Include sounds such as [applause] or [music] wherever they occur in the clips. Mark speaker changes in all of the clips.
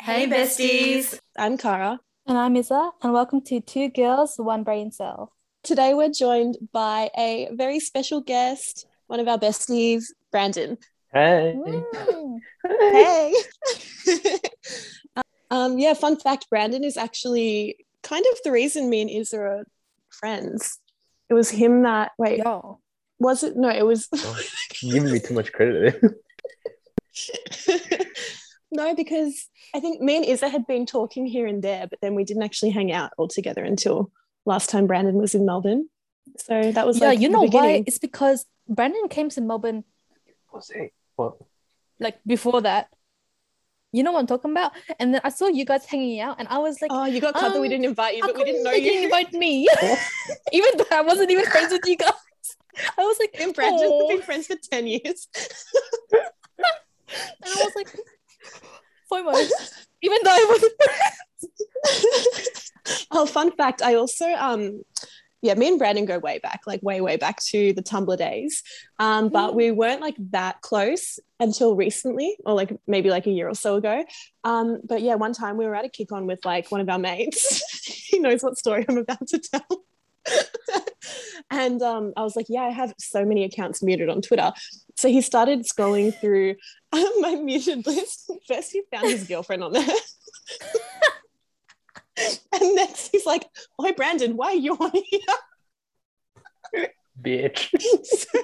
Speaker 1: Hey, besties.
Speaker 2: I'm Cara.
Speaker 3: And I'm Isa, and welcome to Two Girls, One Brain Cell.
Speaker 2: Today we're joined by a very special guest, one of our besties, Brandon.
Speaker 4: Hey.
Speaker 3: Mm.
Speaker 2: Hey. [laughs] um, yeah, fun fact Brandon is actually kind of the reason me and Isa are friends. It was him that, wait,
Speaker 3: Yo.
Speaker 2: was it? No, it was. [laughs]
Speaker 4: You're giving me too much credit. [laughs]
Speaker 2: no, because I think me and Isa had been talking here and there, but then we didn't actually hang out all together until last time Brandon was in Melbourne. So that was
Speaker 3: Yeah,
Speaker 2: like
Speaker 3: you
Speaker 2: the
Speaker 3: know why?
Speaker 2: beginning.
Speaker 3: It's because Brandon came to Melbourne
Speaker 4: What's it? What?
Speaker 3: like before that. You know what I'm talking about? And then I saw you guys hanging out, and I was like,
Speaker 2: Oh, you got cut that we
Speaker 3: um,
Speaker 2: didn't invite you,
Speaker 3: how
Speaker 2: but we
Speaker 3: come
Speaker 2: didn't know
Speaker 3: they
Speaker 2: you.
Speaker 3: didn't invite
Speaker 2: [laughs]
Speaker 3: me? [laughs] even though I wasn't even friends with you guys. I was like, "Oh."
Speaker 2: and Brandon
Speaker 3: "Aw."
Speaker 2: have been friends for 10 years.
Speaker 3: and I was like,
Speaker 2: [laughs]
Speaker 3: FOMO. even though I wasn't.
Speaker 2: [laughs] oh, fun fact. I also um yeah, me and Brandon go way back, like way, way back to the Tumblr days. Um, but
Speaker 3: Mm.
Speaker 2: we weren't like that close until recently, or like maybe like a year or so ago. Um, but yeah, one time we were at a kick on with like one of our mates. [laughs] he knows what story I'm about to tell. [laughs] and um, I was like, yeah, I have so many accounts muted on Twitter. So he started scrolling through [laughs] um, my muted list. First, he found his girlfriend on there. [laughs] and next, he's like, oh, Brandon, why are you on here? [laughs]
Speaker 4: Bitch. [laughs]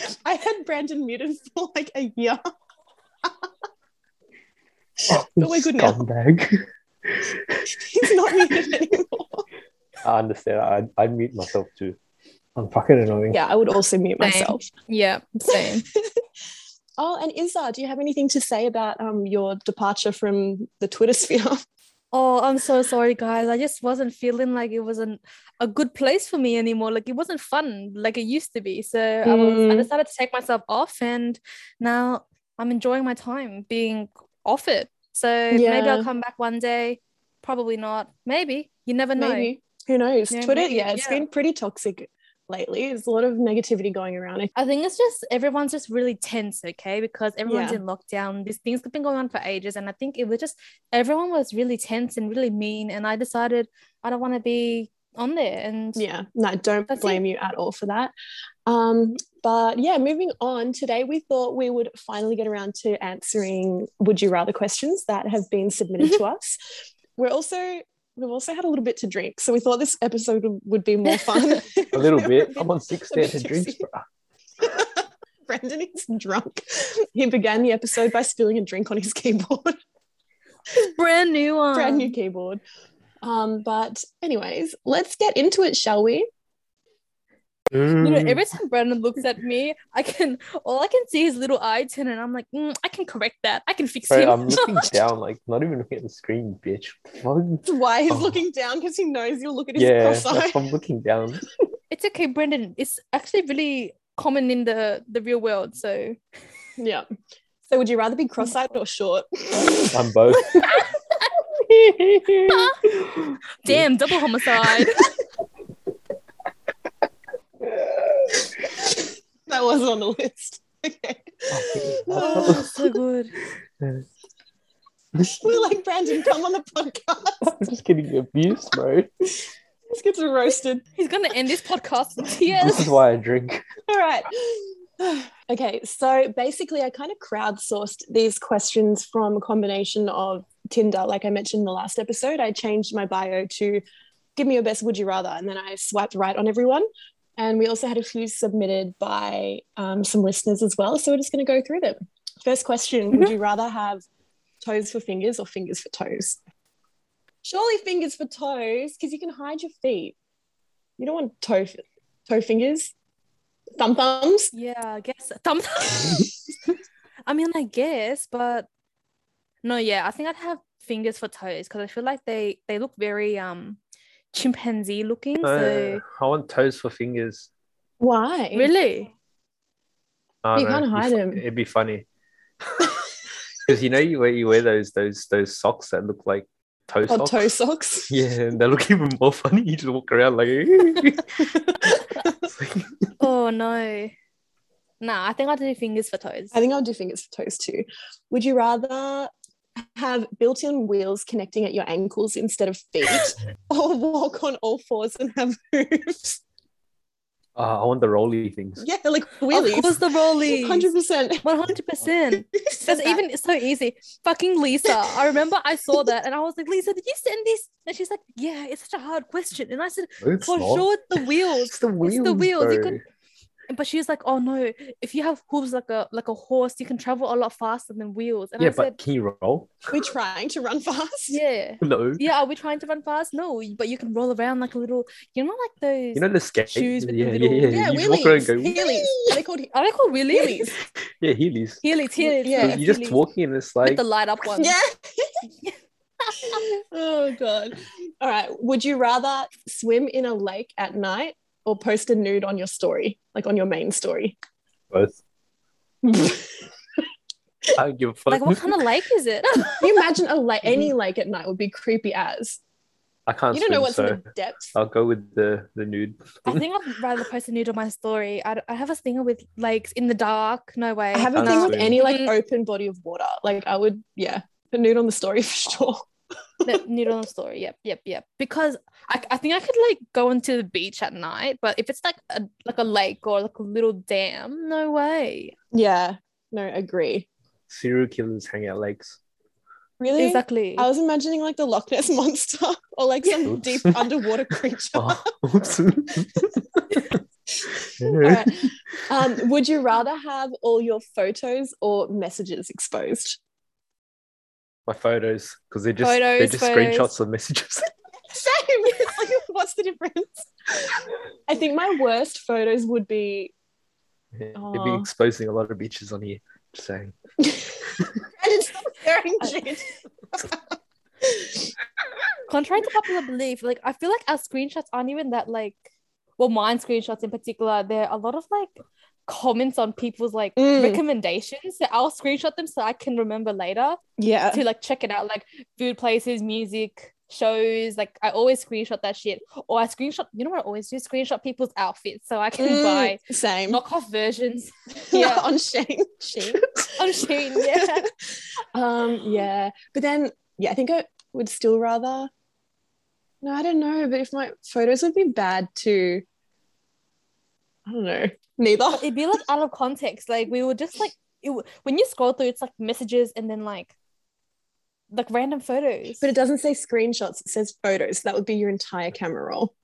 Speaker 2: So, I had Brandon muted for like a year. But we're good now.
Speaker 4: Scumbag.
Speaker 2: He's not muted anymore.
Speaker 4: [laughs] I understand. I'd, I'd mute myself too. I'm fucking annoying.
Speaker 2: Yeah, I would also mute
Speaker 3: Same.
Speaker 2: myself.
Speaker 3: Yeah, same.
Speaker 2: Oh, and Izza, do you have anything to say about um, your departure from the Twitter sphere?
Speaker 3: Oh, I'm so sorry, guys. I just wasn't feeling like it wasn't a good place for me anymore. Like it wasn't fun like it used to be. So I was I
Speaker 2: Mm.
Speaker 3: decided to take myself off and now I'm enjoying my time being off it. So maybe
Speaker 2: Yeah.
Speaker 3: I'll come back one day. Probably not. Maybe. You never know.
Speaker 2: Who knows?
Speaker 3: Yeah,
Speaker 2: Twitter,
Speaker 3: maybe,
Speaker 2: yeah, it's
Speaker 3: yeah.
Speaker 2: been pretty toxic lately. There's a lot of negativity going around.
Speaker 3: I think it's just everyone's just really tense, okay? Because everyone's
Speaker 2: Yeah.
Speaker 3: in lockdown. These things have been going on for ages. And I think it was just everyone was really tense and really mean. And I decided I don't want to be on there. And
Speaker 2: Yeah, no, don't
Speaker 3: That's it.
Speaker 2: blame you at all for that. Um, but yeah, moving on, today we thought we would finally get around to answering would you rather questions that have been submitted
Speaker 4: Mm-hmm.
Speaker 2: to us. We're also we've also had a little bit to drink, so we thought this episode would be more fun.
Speaker 4: [laughs] A little bit. I'm on
Speaker 2: [laughs]
Speaker 4: six
Speaker 2: A bit
Speaker 4: standard drinks,
Speaker 2: [laughs] tipsy.
Speaker 4: bro. [laughs]
Speaker 2: Brendan is drunk. He began the episode by spilling a drink on his keyboard. [laughs]
Speaker 3: brand new um, one.
Speaker 2: brand new keyboard. Um, but anyways, let's get into it, shall we?
Speaker 4: Mm.
Speaker 3: You know, every time Brandon looks at me, I can all I can see is little eye turn, and I'm like, "Mm, I can correct that. I can fix
Speaker 4: Bro,
Speaker 3: him. [laughs]
Speaker 4: I'm looking down, like, not even looking at the screen, bitch. Fuck.
Speaker 2: Why he's
Speaker 4: Oh.
Speaker 2: looking down because he knows you'll look at his
Speaker 4: Yeah,
Speaker 2: cross-eyed.
Speaker 4: that's- I'm looking down.
Speaker 3: it's okay, Brandon. It's actually really common in the the real world. So
Speaker 2: [laughs] Yeah. So would you rather be cross-eyed or short? [laughs]
Speaker 4: I'm both. [laughs]
Speaker 3: damn, double
Speaker 4: [laughs]
Speaker 3: homicide.
Speaker 2: that wasn't on the list. [laughs] Okay.
Speaker 3: oh, so good.
Speaker 2: [laughs] We're like Brandon, come on the podcast.
Speaker 4: I'm just getting abused, bro.
Speaker 2: This gets roasted.
Speaker 3: He's gonna end this podcast in
Speaker 4: This
Speaker 3: tears.
Speaker 4: is why I drink.
Speaker 2: All right. [sighs] Okay, so basically, I kind of crowdsourced these questions from a combination of Tinder. Like I mentioned in the last episode, I changed my bio to give me your best would you rather, and then I swiped right on everyone. And we also had a few submitted by um, some listeners as well. So we're just going to go through them. First question Would you rather have toes for fingers or fingers for toes? Surely fingers for toes, because you can hide your feet. You don't want toe, toe fingers, thumb thumbs.
Speaker 3: Yeah, I guess
Speaker 4: [laughs]
Speaker 3: thumb. I mean, I guess, but no, yeah, I think I'd have fingers for toes because I feel like they they look very um chimpanzee looking. So
Speaker 4: Uh, I want toes for fingers.
Speaker 2: Why?
Speaker 3: really,
Speaker 4: I
Speaker 2: You
Speaker 4: don't know,
Speaker 2: can't hide
Speaker 4: Oh, it'd be fu-
Speaker 2: 'em.
Speaker 4: It'd be funny [laughs]
Speaker 3: [laughs]
Speaker 4: because you know you wear you wear those those those socks that look like toe
Speaker 3: Oh,
Speaker 2: Or
Speaker 4: [laughs] socks.
Speaker 2: toe socks.
Speaker 4: Yeah, and they look even more funny. You just walk
Speaker 3: [laughs]
Speaker 4: around like. [laughs] It's like-
Speaker 3: oh no, nah, I think I'd do fingers for toes.
Speaker 2: I think I'll do fingers for toes too. Would you rather have built in wheels connecting at your ankles instead of
Speaker 4: [laughs]
Speaker 2: feet, or walk on all fours and have hooves. [laughs]
Speaker 4: Uh, I want the roly things.
Speaker 2: Yeah, like
Speaker 3: Of course,
Speaker 2: wheelies.
Speaker 3: the rollies.
Speaker 4: [laughs]
Speaker 2: 100%.
Speaker 3: One hundred [laughs] percent. That's even it's so easy. Fucking Lisa. I remember I saw that and I was like, Lisa, did you send this? And she's like, Yeah, it's such a hard question. And I said,
Speaker 4: No, it's
Speaker 3: For
Speaker 4: not.
Speaker 3: sure, it's the wheels.
Speaker 4: It's the wheels.
Speaker 3: the wheels. You
Speaker 4: bro.
Speaker 3: could- But she was like, Oh no, if you have hooves like a like a horse, you can travel a lot faster than wheels. And
Speaker 4: Yeah,
Speaker 3: I
Speaker 4: but
Speaker 3: said,
Speaker 4: can you roll? [laughs]
Speaker 2: We're trying to run fast.
Speaker 3: Yeah.
Speaker 4: No.
Speaker 3: Yeah, are we trying to run fast? No, but you can roll around like a little, you know, like those.
Speaker 4: You know the skate.
Speaker 3: Shoes with the
Speaker 4: yeah,
Speaker 3: little-
Speaker 4: yeah, yeah,
Speaker 2: Yeah,
Speaker 4: You walk
Speaker 2: wheelies.
Speaker 4: around and go,
Speaker 2: Heelys. Are they called
Speaker 3: are they called wheelies?
Speaker 2: heelys?
Speaker 4: yeah, heelys.
Speaker 3: Heelys, heelys.
Speaker 2: Yeah,
Speaker 4: You're just
Speaker 3: heelys.
Speaker 4: walking and it's like,
Speaker 3: with the light up one.
Speaker 2: Yeah. [laughs] oh god. All right. Would you rather swim in a lake at night or post a nude on your story, like on your main story?
Speaker 4: both.
Speaker 2: Can
Speaker 4: I don't give a fuck.
Speaker 3: Like,
Speaker 4: [laughs]
Speaker 3: what [laughs] kind of lake is it?
Speaker 2: you imagine a lake, any lake at night would be creepy as.
Speaker 4: I Mm-hmm. can't
Speaker 2: You
Speaker 4: swim,
Speaker 2: don't know what's
Speaker 4: so
Speaker 2: in the depths.
Speaker 4: I'll go with the, the nude.
Speaker 3: I think I'd rather post a nude on my story. I, I have a stinger with lakes in the dark. No way.
Speaker 2: I have a Mm-hmm.
Speaker 4: I'll
Speaker 2: thing with
Speaker 4: swim.
Speaker 2: any like
Speaker 3: Mm.
Speaker 2: open body of water. Like I would, yeah, a nude on the story for sure.
Speaker 3: No, nude on the story. Yep, yep, yep. Because I, I think I could like go into the beach at night, but if it's like a like a lake or like a little dam, no way.
Speaker 2: Yeah. No, agree.
Speaker 4: Serial killers hang out lakes.
Speaker 2: Really?
Speaker 3: Exactly.
Speaker 2: I was imagining like the Loch Ness monster or like some
Speaker 4: Oops.
Speaker 2: deep underwater creature.
Speaker 4: [laughs] Oh, oops.
Speaker 2: All right. [laughs] um, would you rather have all your photos or messages exposed?
Speaker 4: My photos, because they're just they're
Speaker 3: Photos,
Speaker 4: just
Speaker 3: photos.
Speaker 4: screenshots of messages. [laughs]
Speaker 2: Same. [laughs] It's like, what's the difference? I think my worst photos would [laughs] be
Speaker 4: They've been
Speaker 2: Aw.
Speaker 4: exposing a lot of beaches on here. Just saying.
Speaker 2: [laughs]
Speaker 3: Contrary to popular belief, like I feel like our screenshots aren't even that like well, mine screenshots in particular, there are a lot of like comments on people's like
Speaker 2: Mm.
Speaker 3: recommendations that I'll screenshot them so I can remember later.
Speaker 2: yeah.
Speaker 3: to like check it out, like food places, music, shows. Like I always screenshot that shit, or I screenshot. You know what I always do? Screenshot people's outfits so I can
Speaker 2: Mm,
Speaker 3: buy
Speaker 2: Same.
Speaker 3: knockoff versions.
Speaker 2: yeah.
Speaker 3: Yeah,
Speaker 2: on Shane. Shane.
Speaker 3: on Shein. Yeah,
Speaker 2: [laughs] Um, yeah. But then, yeah, I think I would still rather. No, I don't know. But if my photos would be bad too, I don't know. Neither.
Speaker 3: it'd be like out of context. Like we were just like it, w- when you scroll through, it's like messages and then like like random photos.
Speaker 2: But it doesn't say screenshots, it says photos. That would be your entire camera roll.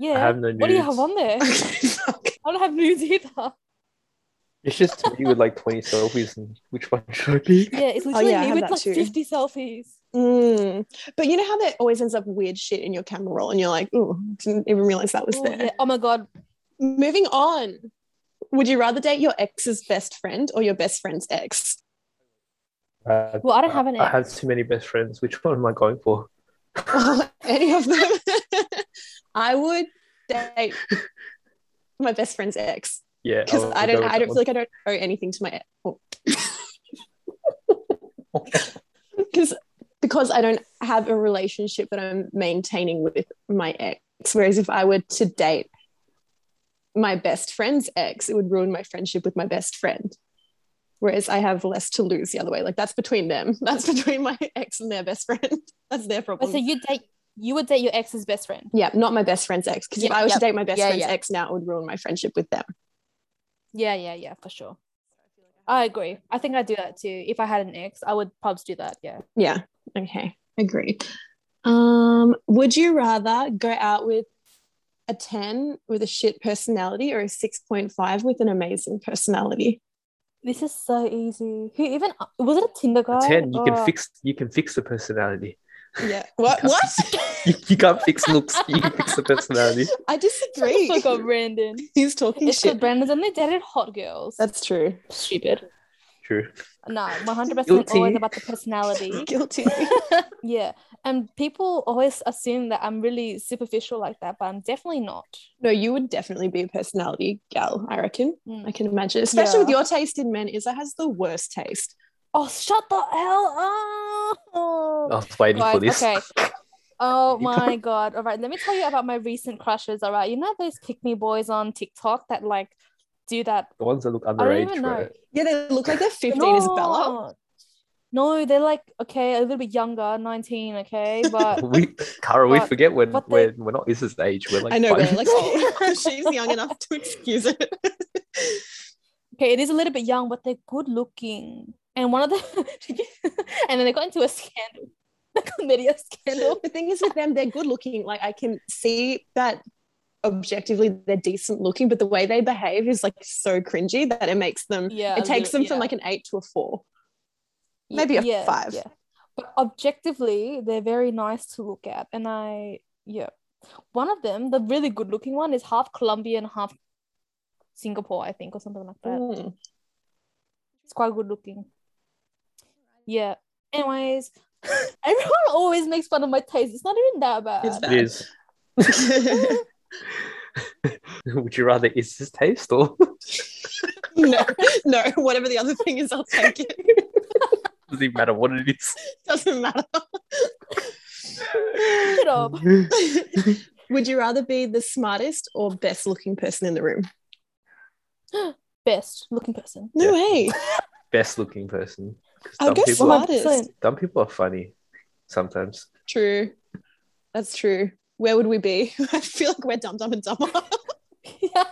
Speaker 3: yeah,
Speaker 4: I have no
Speaker 3: what do you
Speaker 4: nudes.
Speaker 3: have on [laughs] there? I
Speaker 2: [laughs] Okay, fuck.
Speaker 3: don't have nudes either.
Speaker 4: It's just me with like 20 selfies and which one should I be?
Speaker 3: Oh, Yeah, it's literally
Speaker 2: yeah, I
Speaker 3: me
Speaker 2: have
Speaker 3: with
Speaker 2: that
Speaker 3: like
Speaker 2: too.
Speaker 3: fifty selfies.
Speaker 2: Mm. But you know how there always ends up weird shit in your camera roll, and you're like, ooh, didn't even realize that was
Speaker 3: Ooh,
Speaker 2: there.
Speaker 3: yeah. Oh my god,
Speaker 2: Moving on. Would you rather date your ex's best friend or your best friend's ex?
Speaker 4: Uh,
Speaker 3: Well, I don't have an
Speaker 4: I have too many best friends. Which one am I going for?
Speaker 2: [laughs] Any of them? I would date my best friend's ex
Speaker 4: Yeah.
Speaker 2: because
Speaker 4: I'll-
Speaker 2: I
Speaker 4: I'll
Speaker 2: don't.
Speaker 4: Oh, go with
Speaker 2: I don't feel
Speaker 4: that
Speaker 2: like I don't owe anything to my ex. Oh.
Speaker 4: [laughs]
Speaker 2: Because because I don't have a relationship that I'm maintaining with my ex. Whereas if I were to date my best friend's ex, it would ruin my friendship with my best friend. Whereas I have less to lose the other way. Like that's between them. [laughs] That's between my ex and their best friend. [laughs] That's their problem.
Speaker 3: Wait, Oh, so you date you would date your ex's best friend.
Speaker 2: Yeah, not my best friend's ex. Because if
Speaker 3: Yeah,
Speaker 2: I was
Speaker 3: yeah,
Speaker 2: to date my best
Speaker 3: yeah,
Speaker 2: friend's
Speaker 3: yeah.
Speaker 2: ex now, it would ruin my friendship with them.
Speaker 3: Yeah, yeah, yeah, for sure. I agree. I think I'd do that too. If I had an ex, I would probably do that. Yeah.
Speaker 2: Yeah. Okay. Agree. Um, would you rather go out with a 10 with a shit personality or a 6.5 with an amazing personality?
Speaker 3: This is so easy. Who even was it a Tinder guy? Oh.
Speaker 4: Ten, you can
Speaker 3: or- [laughs]
Speaker 4: fix you can fix the personality. [laughs]
Speaker 2: Yeah. What what?
Speaker 4: You, you can't fix looks. You can fix
Speaker 3: [laughs]
Speaker 4: the personality.
Speaker 2: [laughs] I
Speaker 3: Shut the [laughs]
Speaker 2: disagree.
Speaker 3: fuck up, Brandon.
Speaker 2: He's talking
Speaker 3: It's because
Speaker 2: shit.
Speaker 3: Brandon's only dated hot girls.
Speaker 2: That's true.
Speaker 3: stupid.
Speaker 4: True.
Speaker 3: No, one hundred percent
Speaker 4: Guilty.
Speaker 3: always about the personality.
Speaker 2: [laughs] [laughs] Guilty.
Speaker 3: yeah, and people always assume that I'm really superficial like that, but I'm definitely not.
Speaker 2: no, you would definitely be a personality gal, I reckon.
Speaker 3: Mm.
Speaker 2: I can imagine. Especially with
Speaker 3: Yeah.
Speaker 2: your taste in men, Isa has the worst taste.
Speaker 3: Oh, shut the hell up!
Speaker 4: I was waiting Oh, for
Speaker 3: Guys,
Speaker 4: this.
Speaker 3: okay. Oh my god. All right, let me tell you about my recent crushes. All right. You know those pick me boys on TikTok that like do that.
Speaker 4: The ones that look
Speaker 3: I don't
Speaker 4: underage,
Speaker 3: even know.
Speaker 4: right?
Speaker 2: Yeah, they look like they're 15
Speaker 3: No.
Speaker 2: is Bella.
Speaker 3: No, they're like okay, a little bit younger, nineteen. Okay, but
Speaker 4: we, Cara, we
Speaker 3: But-
Speaker 4: forget when
Speaker 3: but
Speaker 4: we're,
Speaker 3: they-
Speaker 4: we're not Issa's age. We're like,
Speaker 2: I know,
Speaker 4: five
Speaker 2: right? Like, [laughs]
Speaker 4: years
Speaker 2: she's young enough to excuse it.
Speaker 3: okay, it is a little bit young, but they're good looking. And one of them, [laughs] and then they got into a scandal, [laughs] like a media scandal.
Speaker 2: the thing is with them, they're good looking. Like I can see that objectively they're decent looking, but the way they behave is like so cringy that it makes them
Speaker 3: Yeah,
Speaker 2: it takes them from like an eight to a four. maybe a five.
Speaker 3: But objectively, they're very nice to look at, and I yeah, one of them, the really good looking one, is half Colombian, half Singapore, I think, or something like that.
Speaker 2: [laughs] Mm.
Speaker 3: It's quite good looking. Yeah. Anyways, [laughs] everyone always makes fun of my taste. It's not even that bad.
Speaker 2: It's bad.
Speaker 4: It is. [laughs] Would you rather Issa's taste or [laughs]
Speaker 2: no, no, whatever the other thing is, I'll take it. [laughs]
Speaker 4: does it matter what it is?
Speaker 2: Doesn't matter.
Speaker 3: Shut up.
Speaker 2: Would you rather be the smartest or best looking person in the room?
Speaker 3: Best looking person. [laughs]
Speaker 2: No
Speaker 4: Yeah.
Speaker 2: way.
Speaker 4: [laughs] Best looking person. 'Cause
Speaker 2: I'll
Speaker 4: Dumb
Speaker 2: go
Speaker 4: people, are,
Speaker 2: smartest.
Speaker 3: 100%.
Speaker 4: dumb people are funny sometimes.
Speaker 2: True. That's true. Where would we be? [laughs] I feel like we're dumb, dumb, and dumber.
Speaker 3: yeah.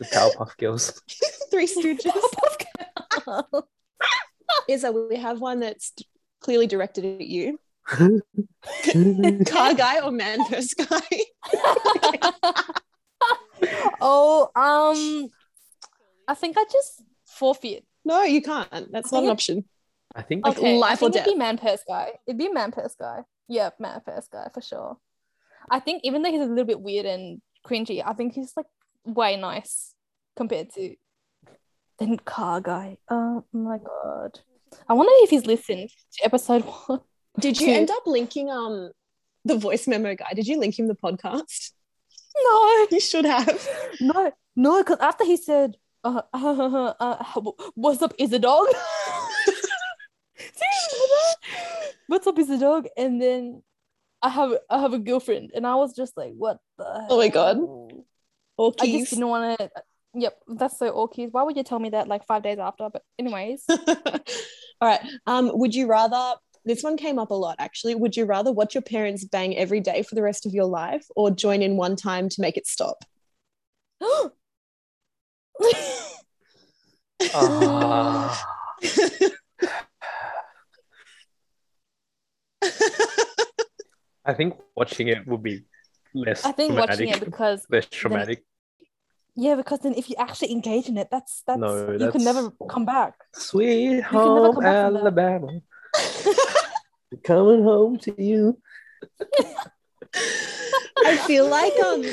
Speaker 4: The Powerpuff
Speaker 3: [laughs]
Speaker 4: Girls.
Speaker 2: Three Stooges. [laughs] Is that we have one that's clearly directed at you? Car guy or man purse guy?
Speaker 3: oh, um, I think I just forfeit.
Speaker 2: [laughs] No, you can't. That's not an option.
Speaker 4: I think
Speaker 2: Like life
Speaker 3: I think
Speaker 2: or
Speaker 3: it'd be man purse guy. It'd be man purse guy. Yeah, man purse guy for sure. I think even though he's a little bit weird and cringy, I think he's like way nice compared to then car guy. Oh my god. I wonder if he's listened to episode [laughs] one.
Speaker 2: Did you
Speaker 3: Cute.
Speaker 2: end up linking um the voice memo guy? Did you link him the podcast?
Speaker 3: No,
Speaker 2: [laughs] You should have.
Speaker 3: no, no, because after he said, uh, [laughs] uh, uh, uh, wh- What's up, is a dog? [laughs] Do you remember that? What's up, is a dog? And then I have I have a girlfriend, and I was just like, What the?
Speaker 2: Oh my God.
Speaker 3: hell?"
Speaker 2: Or
Speaker 3: I just
Speaker 2: keys.
Speaker 3: didn't want to. Yep, that's so orkies. Why would you tell me that like five days after? But,
Speaker 2: [laughs]
Speaker 3: anyways,
Speaker 2: All right. Um, would you rather this one came up a lot actually. Would you rather watch your parents bang every day for the rest of your life or join in one time to make it stop?
Speaker 3: [laughs]
Speaker 4: Ah. I think watching it would be less
Speaker 3: I think
Speaker 4: traumatic.
Speaker 3: watching it because,
Speaker 4: less traumatic.
Speaker 3: yeah, because then if you actually engage in it, that's that's
Speaker 4: No,
Speaker 3: you
Speaker 4: that's-
Speaker 3: can never come back.
Speaker 4: Sweet
Speaker 3: can never
Speaker 4: home
Speaker 3: come back from that.
Speaker 4: Alabama. [laughs] Coming home to you.
Speaker 2: I feel like um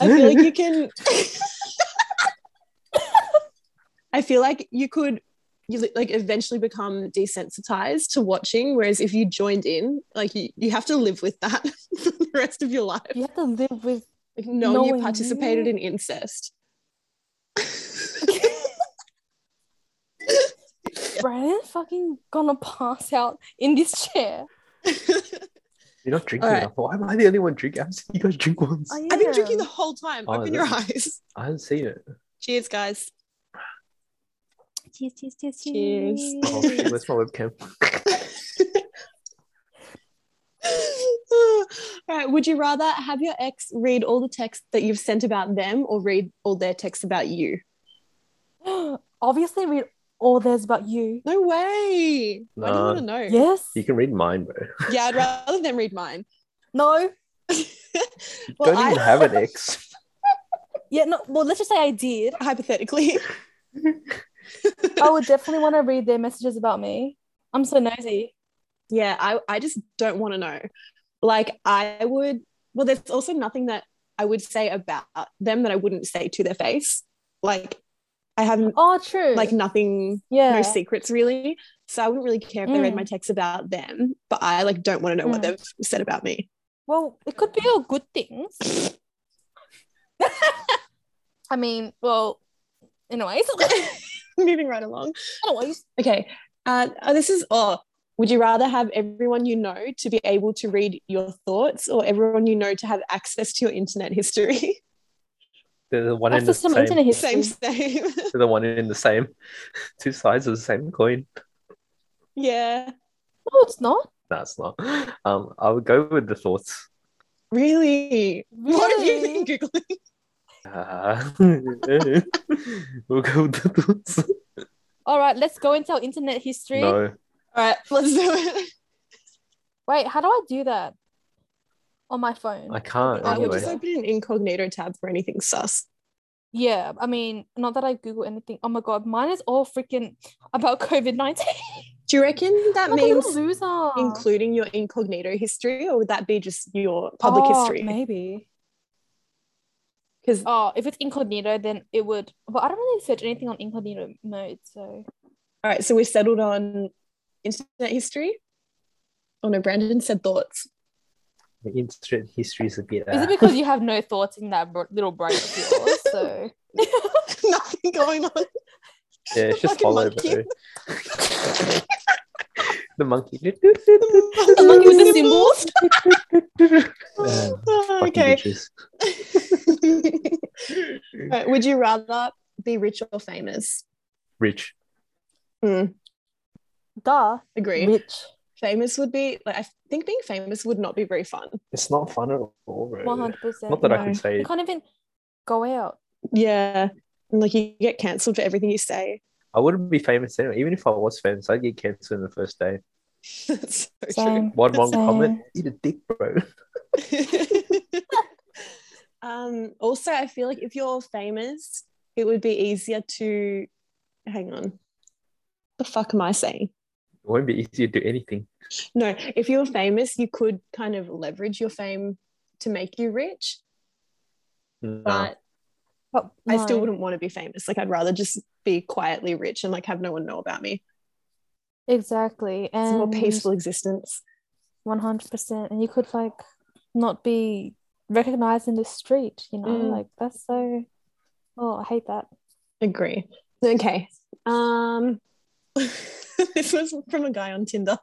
Speaker 2: I feel like you can [laughs] I feel like you could you li- like eventually become desensitized to watching whereas if you joined in like you, you have to live with that [laughs] for the rest of your life
Speaker 3: You have to live with
Speaker 2: like knowing you
Speaker 3: Knowing
Speaker 2: participated
Speaker 3: you-
Speaker 2: in incest [laughs]
Speaker 3: Brandon fucking gonna pass out in this chair.
Speaker 4: You're not drinking
Speaker 2: Alright.
Speaker 4: enough. Why am I the only one drinking? I haven't seen you guys drink once.
Speaker 3: Oh,
Speaker 4: I,
Speaker 2: I've been drinking the whole time
Speaker 4: Oh,
Speaker 2: open
Speaker 4: is
Speaker 2: your
Speaker 4: it?
Speaker 2: eyes
Speaker 4: haven't seen it.
Speaker 2: cheers guys
Speaker 3: cheers, cheers, cheers,
Speaker 2: Cheers.
Speaker 3: cheers.
Speaker 4: Oh shit, where's my webcam?
Speaker 2: [laughs] All right. Would you rather have your ex read all the texts that you've sent about them or read all their texts about you?
Speaker 3: [gasps] Obviously, read all there's about you.
Speaker 2: No way. I don't
Speaker 4: Nah.
Speaker 2: want to know. Yeah.
Speaker 3: Yes.
Speaker 4: You can read mine, bro.
Speaker 2: I'd rather them read
Speaker 4: [laughs]
Speaker 2: mine.
Speaker 3: No.
Speaker 4: You
Speaker 2: Well,
Speaker 4: don't even
Speaker 2: I-
Speaker 4: have an ex.
Speaker 3: Yeah. No. Well, let's just say I
Speaker 2: [laughs]
Speaker 3: did.
Speaker 2: [laughs] Hypothetically.
Speaker 3: I would definitely want to read their messages about me. I'm so nosy.
Speaker 2: yeah, I, I just don't want to know. Like, I would, well, there's also nothing that I would say about them that I wouldn't say to their face. Like, I have
Speaker 3: Oh, true.
Speaker 2: like nothing
Speaker 3: yeah.
Speaker 2: no secrets really. So I wouldn't really care if they read
Speaker 3: Mm.
Speaker 2: my texts about them, but I like don't want to know what
Speaker 3: Mm.
Speaker 2: they've said about me. [laughs]
Speaker 3: well, it could be all good things. [laughs] I mean, well, anyways. [laughs]
Speaker 2: Moving right along.
Speaker 3: anyways.
Speaker 2: Okay. Uh, oh, this is oh. Would you rather have everyone you know to be able to read your thoughts or everyone you know to have access to your internet history?
Speaker 4: They're the one in
Speaker 3: After
Speaker 4: the
Speaker 3: some
Speaker 4: same.
Speaker 3: internet history.
Speaker 2: [laughs] Same, same. [laughs]
Speaker 4: They're the one in the same. [laughs] Two sides of the same coin.
Speaker 2: yeah.
Speaker 3: No, it's not.
Speaker 4: No, it's not. Um, I would go with the thoughts.
Speaker 2: Really? [laughs] What have you
Speaker 3: Really?
Speaker 2: been Googling? [laughs]
Speaker 4: Uh, [laughs] we'll go with the thoughts.
Speaker 3: All right, let's go into our internet history.
Speaker 4: No.
Speaker 2: All right, let's do it.
Speaker 3: Wait, how do I do that on my phone?
Speaker 4: I can't.
Speaker 2: I would
Speaker 4: Anyway,
Speaker 2: just open an incognito tab for anything sus.
Speaker 3: Yeah, I mean, not that I Google anything. Oh my god, mine is all freaking about [laughs] COVID nineteen.
Speaker 2: Do you reckon that
Speaker 3: I'm a
Speaker 2: means
Speaker 3: little loser.
Speaker 2: including your incognito history, or would that be just your public
Speaker 3: Oh,
Speaker 2: history?
Speaker 3: Maybe.
Speaker 2: Because
Speaker 3: Oh, if it's incognito, then it would. But I don't really search anything on incognito mode, so
Speaker 2: all right, so we've settled on internet history. Oh no, Brandon said thoughts. [laughs]
Speaker 4: the internet history is a bit.
Speaker 3: is
Speaker 4: uh,
Speaker 3: it because you have no thoughts in that bro- little brain of yours? So
Speaker 2: Nothing
Speaker 3: [laughs]
Speaker 2: going on.
Speaker 4: yeah, it's just
Speaker 2: fucking
Speaker 4: follow,
Speaker 2: monkey.
Speaker 4: bro. the monkey.
Speaker 2: The
Speaker 3: monkey with the symbols.
Speaker 2: [laughs]
Speaker 4: Yeah,
Speaker 2: Oh,
Speaker 4: Fucking
Speaker 2: okay.
Speaker 4: bitches.
Speaker 2: [laughs] Right, would you rather be rich or famous?
Speaker 4: Rich.
Speaker 3: Hmm. duh,
Speaker 2: Agree.
Speaker 3: rich.
Speaker 2: Famous would be like I think being famous would not be very fun.
Speaker 4: It's not fun at all, bro.
Speaker 3: One hundred percent.
Speaker 4: Not that I
Speaker 2: no.
Speaker 4: can say.
Speaker 3: You can't even go out.
Speaker 2: Yeah. And, like you get cancelled for everything you say. [laughs]
Speaker 4: I wouldn't be famous anyway. Even if I was famous, I'd get cancer in the first day.
Speaker 2: That's so
Speaker 3: Same.
Speaker 4: One wrong
Speaker 3: Same.
Speaker 4: comment, eat a dick, bro.
Speaker 2: true. [laughs] um, also, I feel like if you're famous, it would be easier to hang on. The fuck am I saying?
Speaker 4: It won't be easy to do anything.
Speaker 2: No, if you're famous, you could kind of leverage your fame to make you rich,
Speaker 4: No.
Speaker 2: but
Speaker 3: But
Speaker 2: I still
Speaker 3: no.
Speaker 2: wouldn't want to be famous. Like I'd rather just be quietly rich and like have no one know about me.
Speaker 3: Exactly,
Speaker 2: It's
Speaker 3: and
Speaker 2: a more peaceful existence.
Speaker 3: One hundred percent, and you could like not be recognized in the street. You know,
Speaker 2: Mm.
Speaker 3: like that's so. Oh, I hate that.
Speaker 2: Agree. Okay. Um [laughs] this was from a guy on Tinder.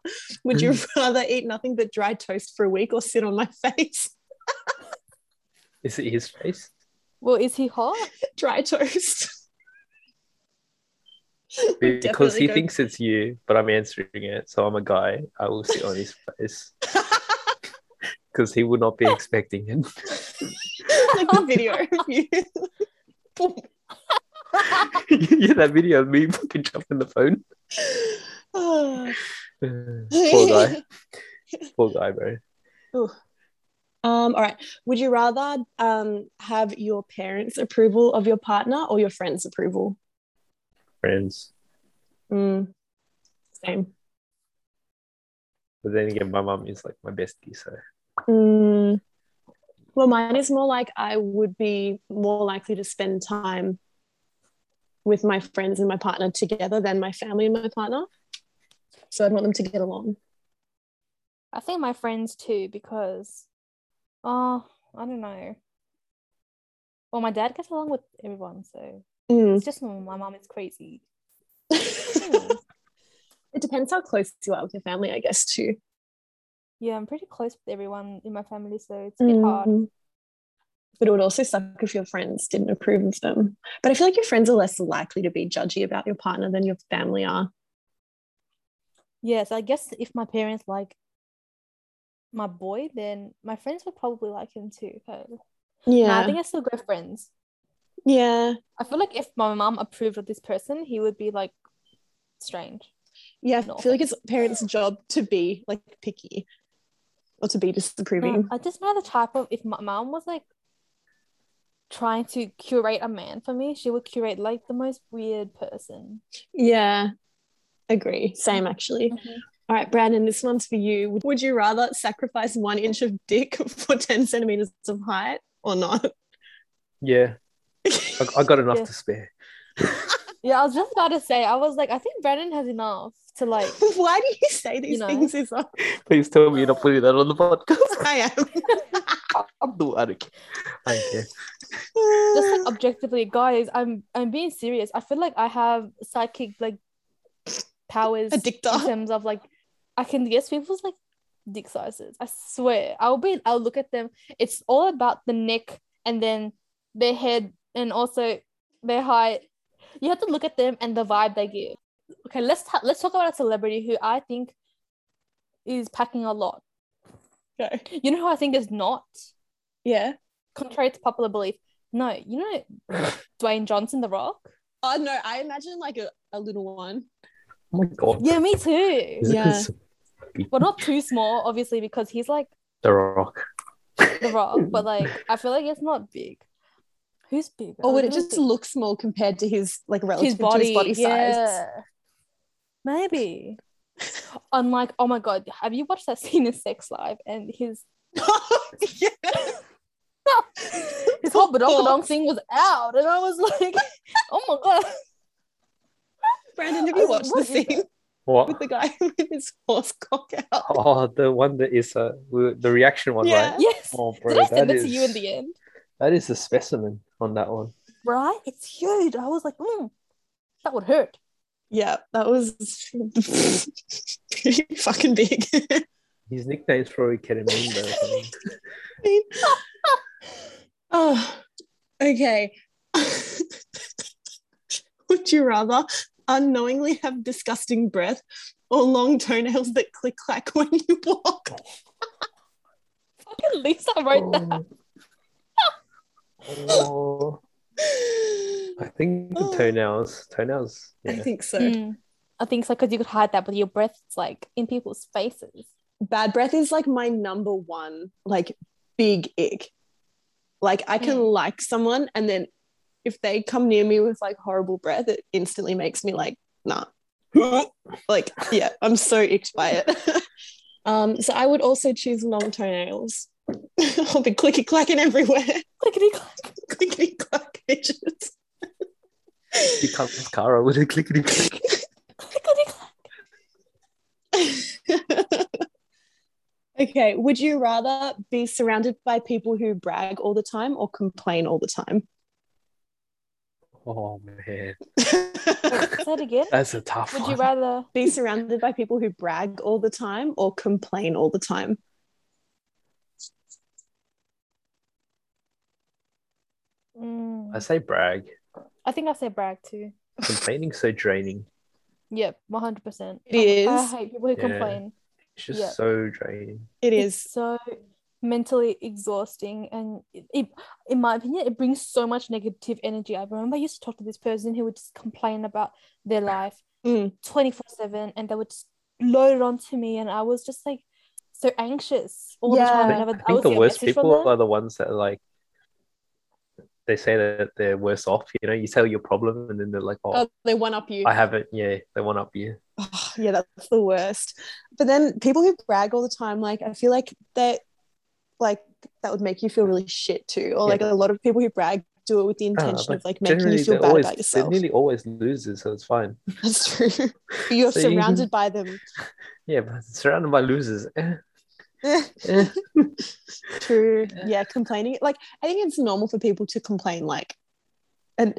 Speaker 2: Would you rather eat nothing but dry toast for a week or sit on my [laughs] face?
Speaker 4: Is it his face?
Speaker 3: Well, is he hot?
Speaker 2: dry [laughs] toast. Would
Speaker 4: Because
Speaker 2: definitely
Speaker 4: he
Speaker 2: go-
Speaker 4: thinks it's you, but I'm answering it. So I'm a guy. I will sit on his face. Because he would not be expecting it. [laughs]
Speaker 2: like the video of you.
Speaker 4: yeah, that video of me fucking jumping the phone.
Speaker 2: Oh.
Speaker 4: Poor guy. Poor guy, bro.
Speaker 2: [laughs] Um, all right. Would you rather um, have your parents' approval of your partner or your friends' approval?
Speaker 4: Friends.
Speaker 2: Mm. Same.
Speaker 4: But then again, my mum is like my bestie. So
Speaker 2: Mm. Well, mine is more like I would be more likely to spend time with my friends and my partner together than my family and my partner. So I'd want them to get along.
Speaker 3: I think my friends too, because, oh, I don't know. Well, my dad gets along with everyone, so
Speaker 2: Mm. [laughs]
Speaker 3: it's just normal. My mom is crazy.
Speaker 2: it
Speaker 3: Hmm.
Speaker 2: depends how close you are with your family, I guess, too.
Speaker 3: yeah, I'm pretty close with everyone in my family, so it's a bit hard.
Speaker 2: Mm. But it would also suck if your friends didn't approve of them. But I feel like your friends are less likely to be judgy about your partner than your family are.
Speaker 3: Yeah, so I guess if my parents like my boy, then my friends would probably like him too. So
Speaker 2: Yeah.
Speaker 3: Nah, I think I still go friends.
Speaker 2: yeah.
Speaker 3: I feel like if my mom approved of this person, he would be like strange.
Speaker 2: Yeah. I
Speaker 3: No
Speaker 2: feel like it's parents' job to be like picky or to be disapproving.
Speaker 3: Um, I just know the type of if my mom was like trying to curate a man for me, she would curate like the most weird person.
Speaker 2: Yeah. Agree. Same, actually. All right, Brandon, this one's for you. Would you rather sacrifice one inch of dick [laughs] for 10 centimeters of height or not? [laughs]
Speaker 4: yeah, I, I got enough
Speaker 3: Yeah.
Speaker 4: to spare.
Speaker 3: Yeah, I was just about to say, I was like, I think Brandon has enough to like.
Speaker 2: Why do you say these
Speaker 3: know.
Speaker 2: things? Is up? [laughs]
Speaker 4: Please tell me you're not putting that on the podcast. [laughs]
Speaker 2: I am.
Speaker 4: I'm the I don't care. I don't care.
Speaker 3: just
Speaker 2: [laughs]
Speaker 3: like objectively guys i'm i'm being serious i feel like i have psychic like powers
Speaker 2: [laughs]
Speaker 3: in
Speaker 2: addictor.
Speaker 3: terms of like i can guess people's like dick sizes i swear i'll be i'll look at them it's all about the neck and then their head and also their height. You have to look at them and the vibe they give. Okay, let's ta- let's talk about a celebrity who I think is packing a lot.
Speaker 2: Okay.
Speaker 3: You know who I think is not,
Speaker 2: Yeah.
Speaker 3: contrary to popular belief. No, you know Dwayne Johnson, The Rock.
Speaker 2: Oh no, I imagine like a, a little one.
Speaker 4: Oh my god.
Speaker 3: Yeah, me too.
Speaker 4: Is it
Speaker 2: Yeah.
Speaker 4: 'cause
Speaker 3: Well, not too small, obviously, because he's like
Speaker 4: The Rock.
Speaker 3: The Rock,
Speaker 2: [laughs]
Speaker 3: but like I feel like it's not big. Who's big?
Speaker 2: Or would Oh, it just look small compared to his like relative
Speaker 3: his body,
Speaker 2: to his body size?
Speaker 3: yeah.
Speaker 2: [laughs]
Speaker 3: Maybe. Unlike, oh my god, have you watched that [laughs] scene in Sex Life and his [laughs]
Speaker 2: [laughs] yeah.
Speaker 3: his whole badonk thing was out, and I was like, [laughs] oh my god,
Speaker 2: [laughs]
Speaker 3: [laughs]
Speaker 2: Brandon, have
Speaker 3: I
Speaker 2: you
Speaker 3: was-
Speaker 2: watched
Speaker 3: what
Speaker 2: the
Speaker 3: is that?
Speaker 2: scene with
Speaker 4: What?
Speaker 2: the guy [laughs] with his horse cock out?
Speaker 4: Oh, the one that is uh, we- the reaction one,
Speaker 2: Yeah.
Speaker 4: right?
Speaker 3: yes.
Speaker 4: Oh, bro,
Speaker 3: Did I send
Speaker 4: that
Speaker 3: it to you in
Speaker 4: is-
Speaker 3: the end?
Speaker 4: That is a specimen on that one.
Speaker 3: Right, it's huge. I was like, mm, that would hurt. [laughs]
Speaker 2: Yeah, that was pretty fucking [laughs] big. I
Speaker 4: His nickname's probably ketamine, though. I
Speaker 3: [laughs]
Speaker 4: think.
Speaker 2: mean, oh, okay. Would you rather unknowingly have disgusting breath or long toenails that click clack when you walk?
Speaker 3: Fucking Lisa wrote that.
Speaker 4: Oh. I
Speaker 3: [gasps]
Speaker 4: think the
Speaker 2: Oh.
Speaker 4: toenails, toenails.
Speaker 2: I
Speaker 4: Yeah.
Speaker 2: think so.
Speaker 3: Mm. I think so because you could hide that, but your breath's like in people's faces. [laughs]
Speaker 2: bad breath is like my number one like big ick like i can like someone and then if they come near me with like horrible breath it instantly makes me like nah [laughs] like yeah i'm so icked by it [laughs] um so i would also choose long toenails [laughs] i'll be clicky clacking everywhere [laughs]
Speaker 3: Clickety clack.
Speaker 2: clickety clack bitches
Speaker 4: Here comes Kara with a clickety click.
Speaker 3: Clickety clack.
Speaker 2: okay would you rather be surrounded by people who brag all the time or complain all the time [laughs]
Speaker 4: Oh man,
Speaker 3: Say that again.
Speaker 4: that's a tough
Speaker 3: Would
Speaker 4: one.
Speaker 3: you rather?
Speaker 2: be surrounded by people who brag all the time or complain all the time?
Speaker 4: I
Speaker 3: Mm,
Speaker 4: say brag.
Speaker 3: I think I said brag too.
Speaker 4: Complaining's so draining.
Speaker 3: Yep, one hundred percent.
Speaker 2: It is.
Speaker 3: I hate people who
Speaker 4: Yeah.
Speaker 3: complain.
Speaker 4: It's just
Speaker 3: Yeah.
Speaker 4: so draining.
Speaker 2: It
Speaker 3: It's so mentally exhausting, and it, it, in my opinion, it brings so much negative energy. I remember I used to talk to this person who would just complain about their life
Speaker 2: Mm.
Speaker 3: twenty four seven, and they would just load it onto me, and I was just like so anxious all the time.
Speaker 2: Yeah.
Speaker 4: I
Speaker 3: Whenever I,
Speaker 4: think, I
Speaker 3: would
Speaker 4: think the
Speaker 3: see a
Speaker 4: worst
Speaker 3: message from
Speaker 4: people
Speaker 3: them.
Speaker 4: are the ones that are like they say that they're worse off. You know, you tell your problem and then they're like, "Oh,
Speaker 2: Oh, they one up you.
Speaker 4: I haven't." Yeah, they one up you.
Speaker 2: Oh, yeah, that's the worst. But then people who brag all the time, like I feel like that, like that would make you feel really shit too. Or like a lot of people who brag do it with the intention
Speaker 4: Ah, but
Speaker 2: of like making you
Speaker 4: they're
Speaker 2: feel bad
Speaker 4: always,
Speaker 2: about yourself.
Speaker 4: They're nearly always losers, so it's fine.
Speaker 2: [laughs] That's true. But You're
Speaker 4: [laughs] So you can-
Speaker 2: surrounded by them. [laughs]
Speaker 4: Yeah, but surrounded by losers. eh,
Speaker 2: Eh,
Speaker 4: eh.
Speaker 2: true. Yeah, complaining. Like I think it's normal for people to complain like an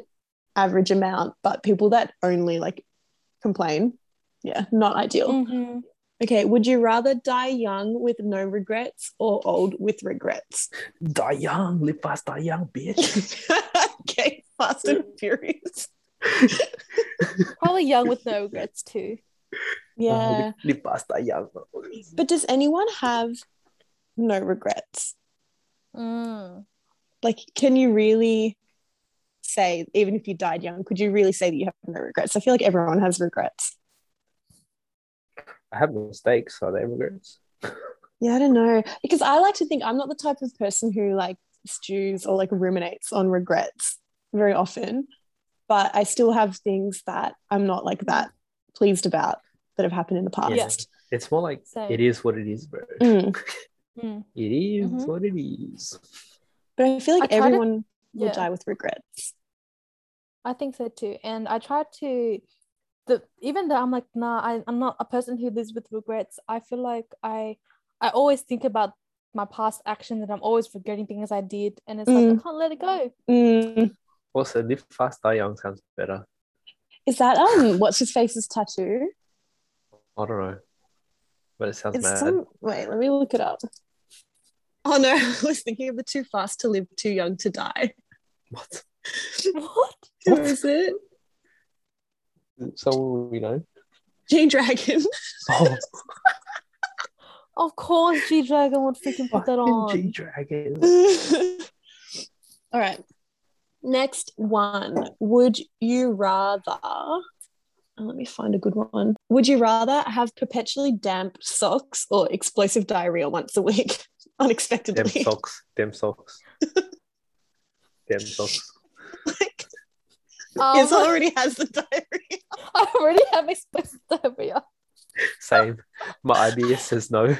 Speaker 2: average amount, but people that only like complain, yeah, not ideal.
Speaker 3: Mhm.
Speaker 2: Okay, would you rather die young with no regrets or old with regrets? [laughs]
Speaker 4: Die young, live fast, die young, bitch.
Speaker 2: okay, Fast and Furious.
Speaker 3: Probably young with no regrets too.
Speaker 2: [laughs] Yeah.
Speaker 4: [laughs] Live fast, die young.
Speaker 2: But does anyone have no regrets?
Speaker 3: Mm.
Speaker 2: Like, can you really say, even if you died young, could you really say that you have no regrets? I feel like everyone has regrets.
Speaker 4: I have mistakes. Are they regrets?
Speaker 2: Yeah, I don't know. Because I like to think I'm not the type of person who like stews or like ruminates on regrets very often, but I still have things that I'm not like that pleased about that have happened in the
Speaker 4: Yeah.
Speaker 2: past.
Speaker 4: It's more like
Speaker 3: So
Speaker 4: it is what it is, bro.
Speaker 2: Mm.
Speaker 3: Mm.
Speaker 4: It is
Speaker 3: Mhm.
Speaker 4: what it is.
Speaker 2: But I feel like
Speaker 3: I kinda-
Speaker 2: everyone will
Speaker 3: yeah.
Speaker 2: die with regrets.
Speaker 3: I think so too. And I try to the even though I'm like, nah, I, I'm not a person who lives with regrets, I feel like I I always think about my past actions and I'm always regretting things I did and it's like I
Speaker 2: Mm.
Speaker 3: can't let it go.
Speaker 2: Mm.
Speaker 4: Also, live fast, die young sounds better.
Speaker 2: Is that um what's his face's tattoo?
Speaker 4: I don't know, but it sounds
Speaker 2: It's
Speaker 4: mad.
Speaker 2: some wait, let me look it up. [laughs] Oh no, I was thinking of the too fast to live, too young to die.
Speaker 4: [laughs]
Speaker 2: [laughs]
Speaker 4: What?
Speaker 3: What?
Speaker 2: Who is it?
Speaker 4: So will we
Speaker 3: [laughs]
Speaker 4: know.
Speaker 2: G Dragon.
Speaker 4: Oh,
Speaker 3: Of course, G Dragon would freaking
Speaker 4: Oh,
Speaker 3: put that on.
Speaker 4: G Dragon.
Speaker 2: [laughs]
Speaker 3: [laughs]
Speaker 2: All right. Next one. Would you rather? oh, Let me find a good one. Would you rather have perpetually damp socks or explosive diarrhea once a week [laughs]
Speaker 4: Them
Speaker 2: unexpectedly?
Speaker 4: socks. Them socks. Them socks.
Speaker 2: [laughs] like,
Speaker 3: Um, [laughs]
Speaker 2: Iz already has the diarrhea.
Speaker 3: I already have expressed diarrhea.
Speaker 4: Same. My IBS says no.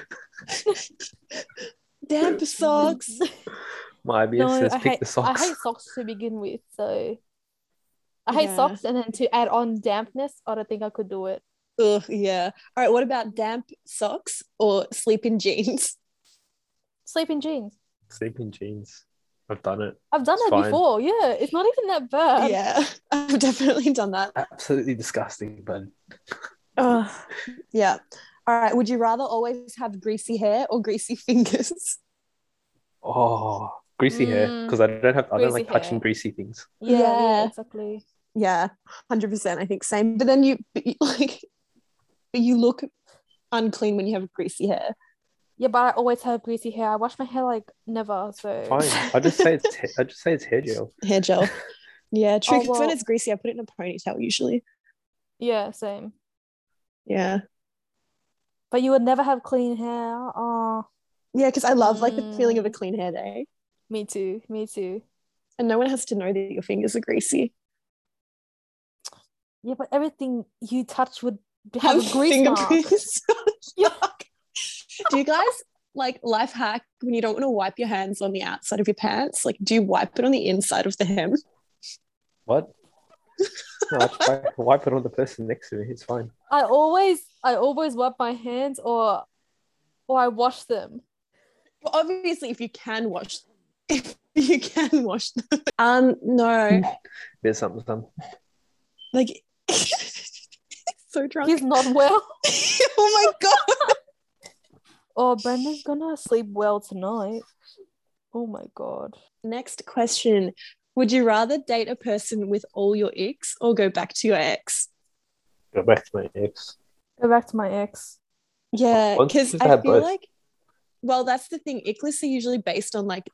Speaker 2: Damp [laughs] socks.
Speaker 4: My IBS
Speaker 3: No,
Speaker 4: says
Speaker 3: I
Speaker 4: pick
Speaker 3: hate,
Speaker 4: the socks.
Speaker 3: I hate socks to begin with, so I hate
Speaker 2: Yeah.
Speaker 3: socks, and then to add on dampness, I don't think I could do it.
Speaker 2: Ugh, yeah. All right. What about damp socks or sleep in jeans?
Speaker 3: Sleep in jeans.
Speaker 4: Sleeping jeans. I've done it.
Speaker 3: I've done
Speaker 4: It's
Speaker 3: that
Speaker 4: fine.
Speaker 3: before. Yeah, it's not even that bad.
Speaker 2: yeah, [laughs] I've definitely done that.
Speaker 4: Absolutely disgusting, but
Speaker 2: Ugh, yeah. All right. Would you rather always have greasy hair or greasy [laughs] fingers?
Speaker 4: oh, greasy hair
Speaker 3: Mm.
Speaker 4: because I don't have. I don't
Speaker 3: Greasy
Speaker 4: like touching
Speaker 3: hair.
Speaker 4: greasy things.
Speaker 3: Yeah,
Speaker 2: Yeah.
Speaker 3: yeah, exactly.
Speaker 2: Yeah, hundred percent. I think same. But then you but you- [laughs] like, but you look unclean when you have greasy hair.
Speaker 3: Yeah, but I always have greasy hair. I wash my hair like never. So
Speaker 4: Fine. I just say it's. ha- I just say it's hair gel.
Speaker 2: Hair [laughs] gel. Yeah, true.
Speaker 3: Oh,
Speaker 2: 'cause when
Speaker 3: well-
Speaker 2: it's greasy, I put it in a ponytail usually.
Speaker 3: [laughs] yeah, same.
Speaker 2: Yeah,
Speaker 3: But you would never have clean hair. Oh,
Speaker 2: yeah. Because I love like the feeling of a
Speaker 3: Mm.
Speaker 2: clean hair day,
Speaker 3: me too. Me too.
Speaker 2: and no one has to know that your fingers are greasy.
Speaker 3: Yeah, but everything you touch would have a grease
Speaker 2: finger
Speaker 3: mark.
Speaker 2: [laughs] grease.
Speaker 3: Yeah.
Speaker 2: do you guys like life hack when you don't want to wipe your hands on the outside of your pants? Like, do you wipe it on the inside of the hem?
Speaker 4: What? No, I just wipe, wipe it on the person next to me. It's fine.
Speaker 3: [laughs] I always, I always wipe my hands or, or I wash them.
Speaker 2: Well, obviously, if you can wash, if you can wash them. Um, no,
Speaker 4: There's something. something.
Speaker 2: like [laughs] so drunk.
Speaker 3: He's not
Speaker 2: [laughs]
Speaker 3: well.
Speaker 2: oh my god!
Speaker 3: Oh, Brendan's gonna sleep well tonight. Oh my god.
Speaker 2: Next question: Would you rather date a person with all your icks or go back to your ex?
Speaker 4: Go back to my ex.
Speaker 3: Go back to my ex.
Speaker 2: Yeah,
Speaker 4: Why don't you
Speaker 2: because
Speaker 4: just
Speaker 2: I feel
Speaker 4: have both?
Speaker 2: like, well, that's the thing. Ick lists are usually based on like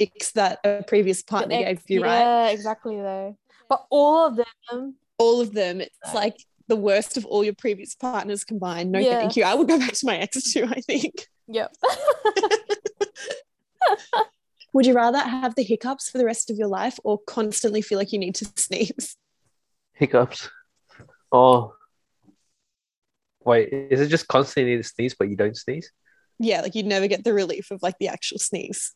Speaker 2: icks that a previous
Speaker 3: The
Speaker 2: partner
Speaker 3: ex-
Speaker 2: gave you, right?
Speaker 3: Yeah, exactly though. But all of them,
Speaker 2: All of them. It's like the worst of all your previous partners combined. No,
Speaker 3: Yeah.
Speaker 2: thank you. I would go back to my ex [laughs] too. I think.
Speaker 3: yep.
Speaker 2: Would you rather have the hiccups for the rest of your life or constantly feel like you need to sneeze? [laughs]
Speaker 4: Hiccups. Oh. Wait, is it just constantly need to sneeze, but you don't sneeze?
Speaker 2: Yeah, like you'd never get the relief of like the actual sneeze.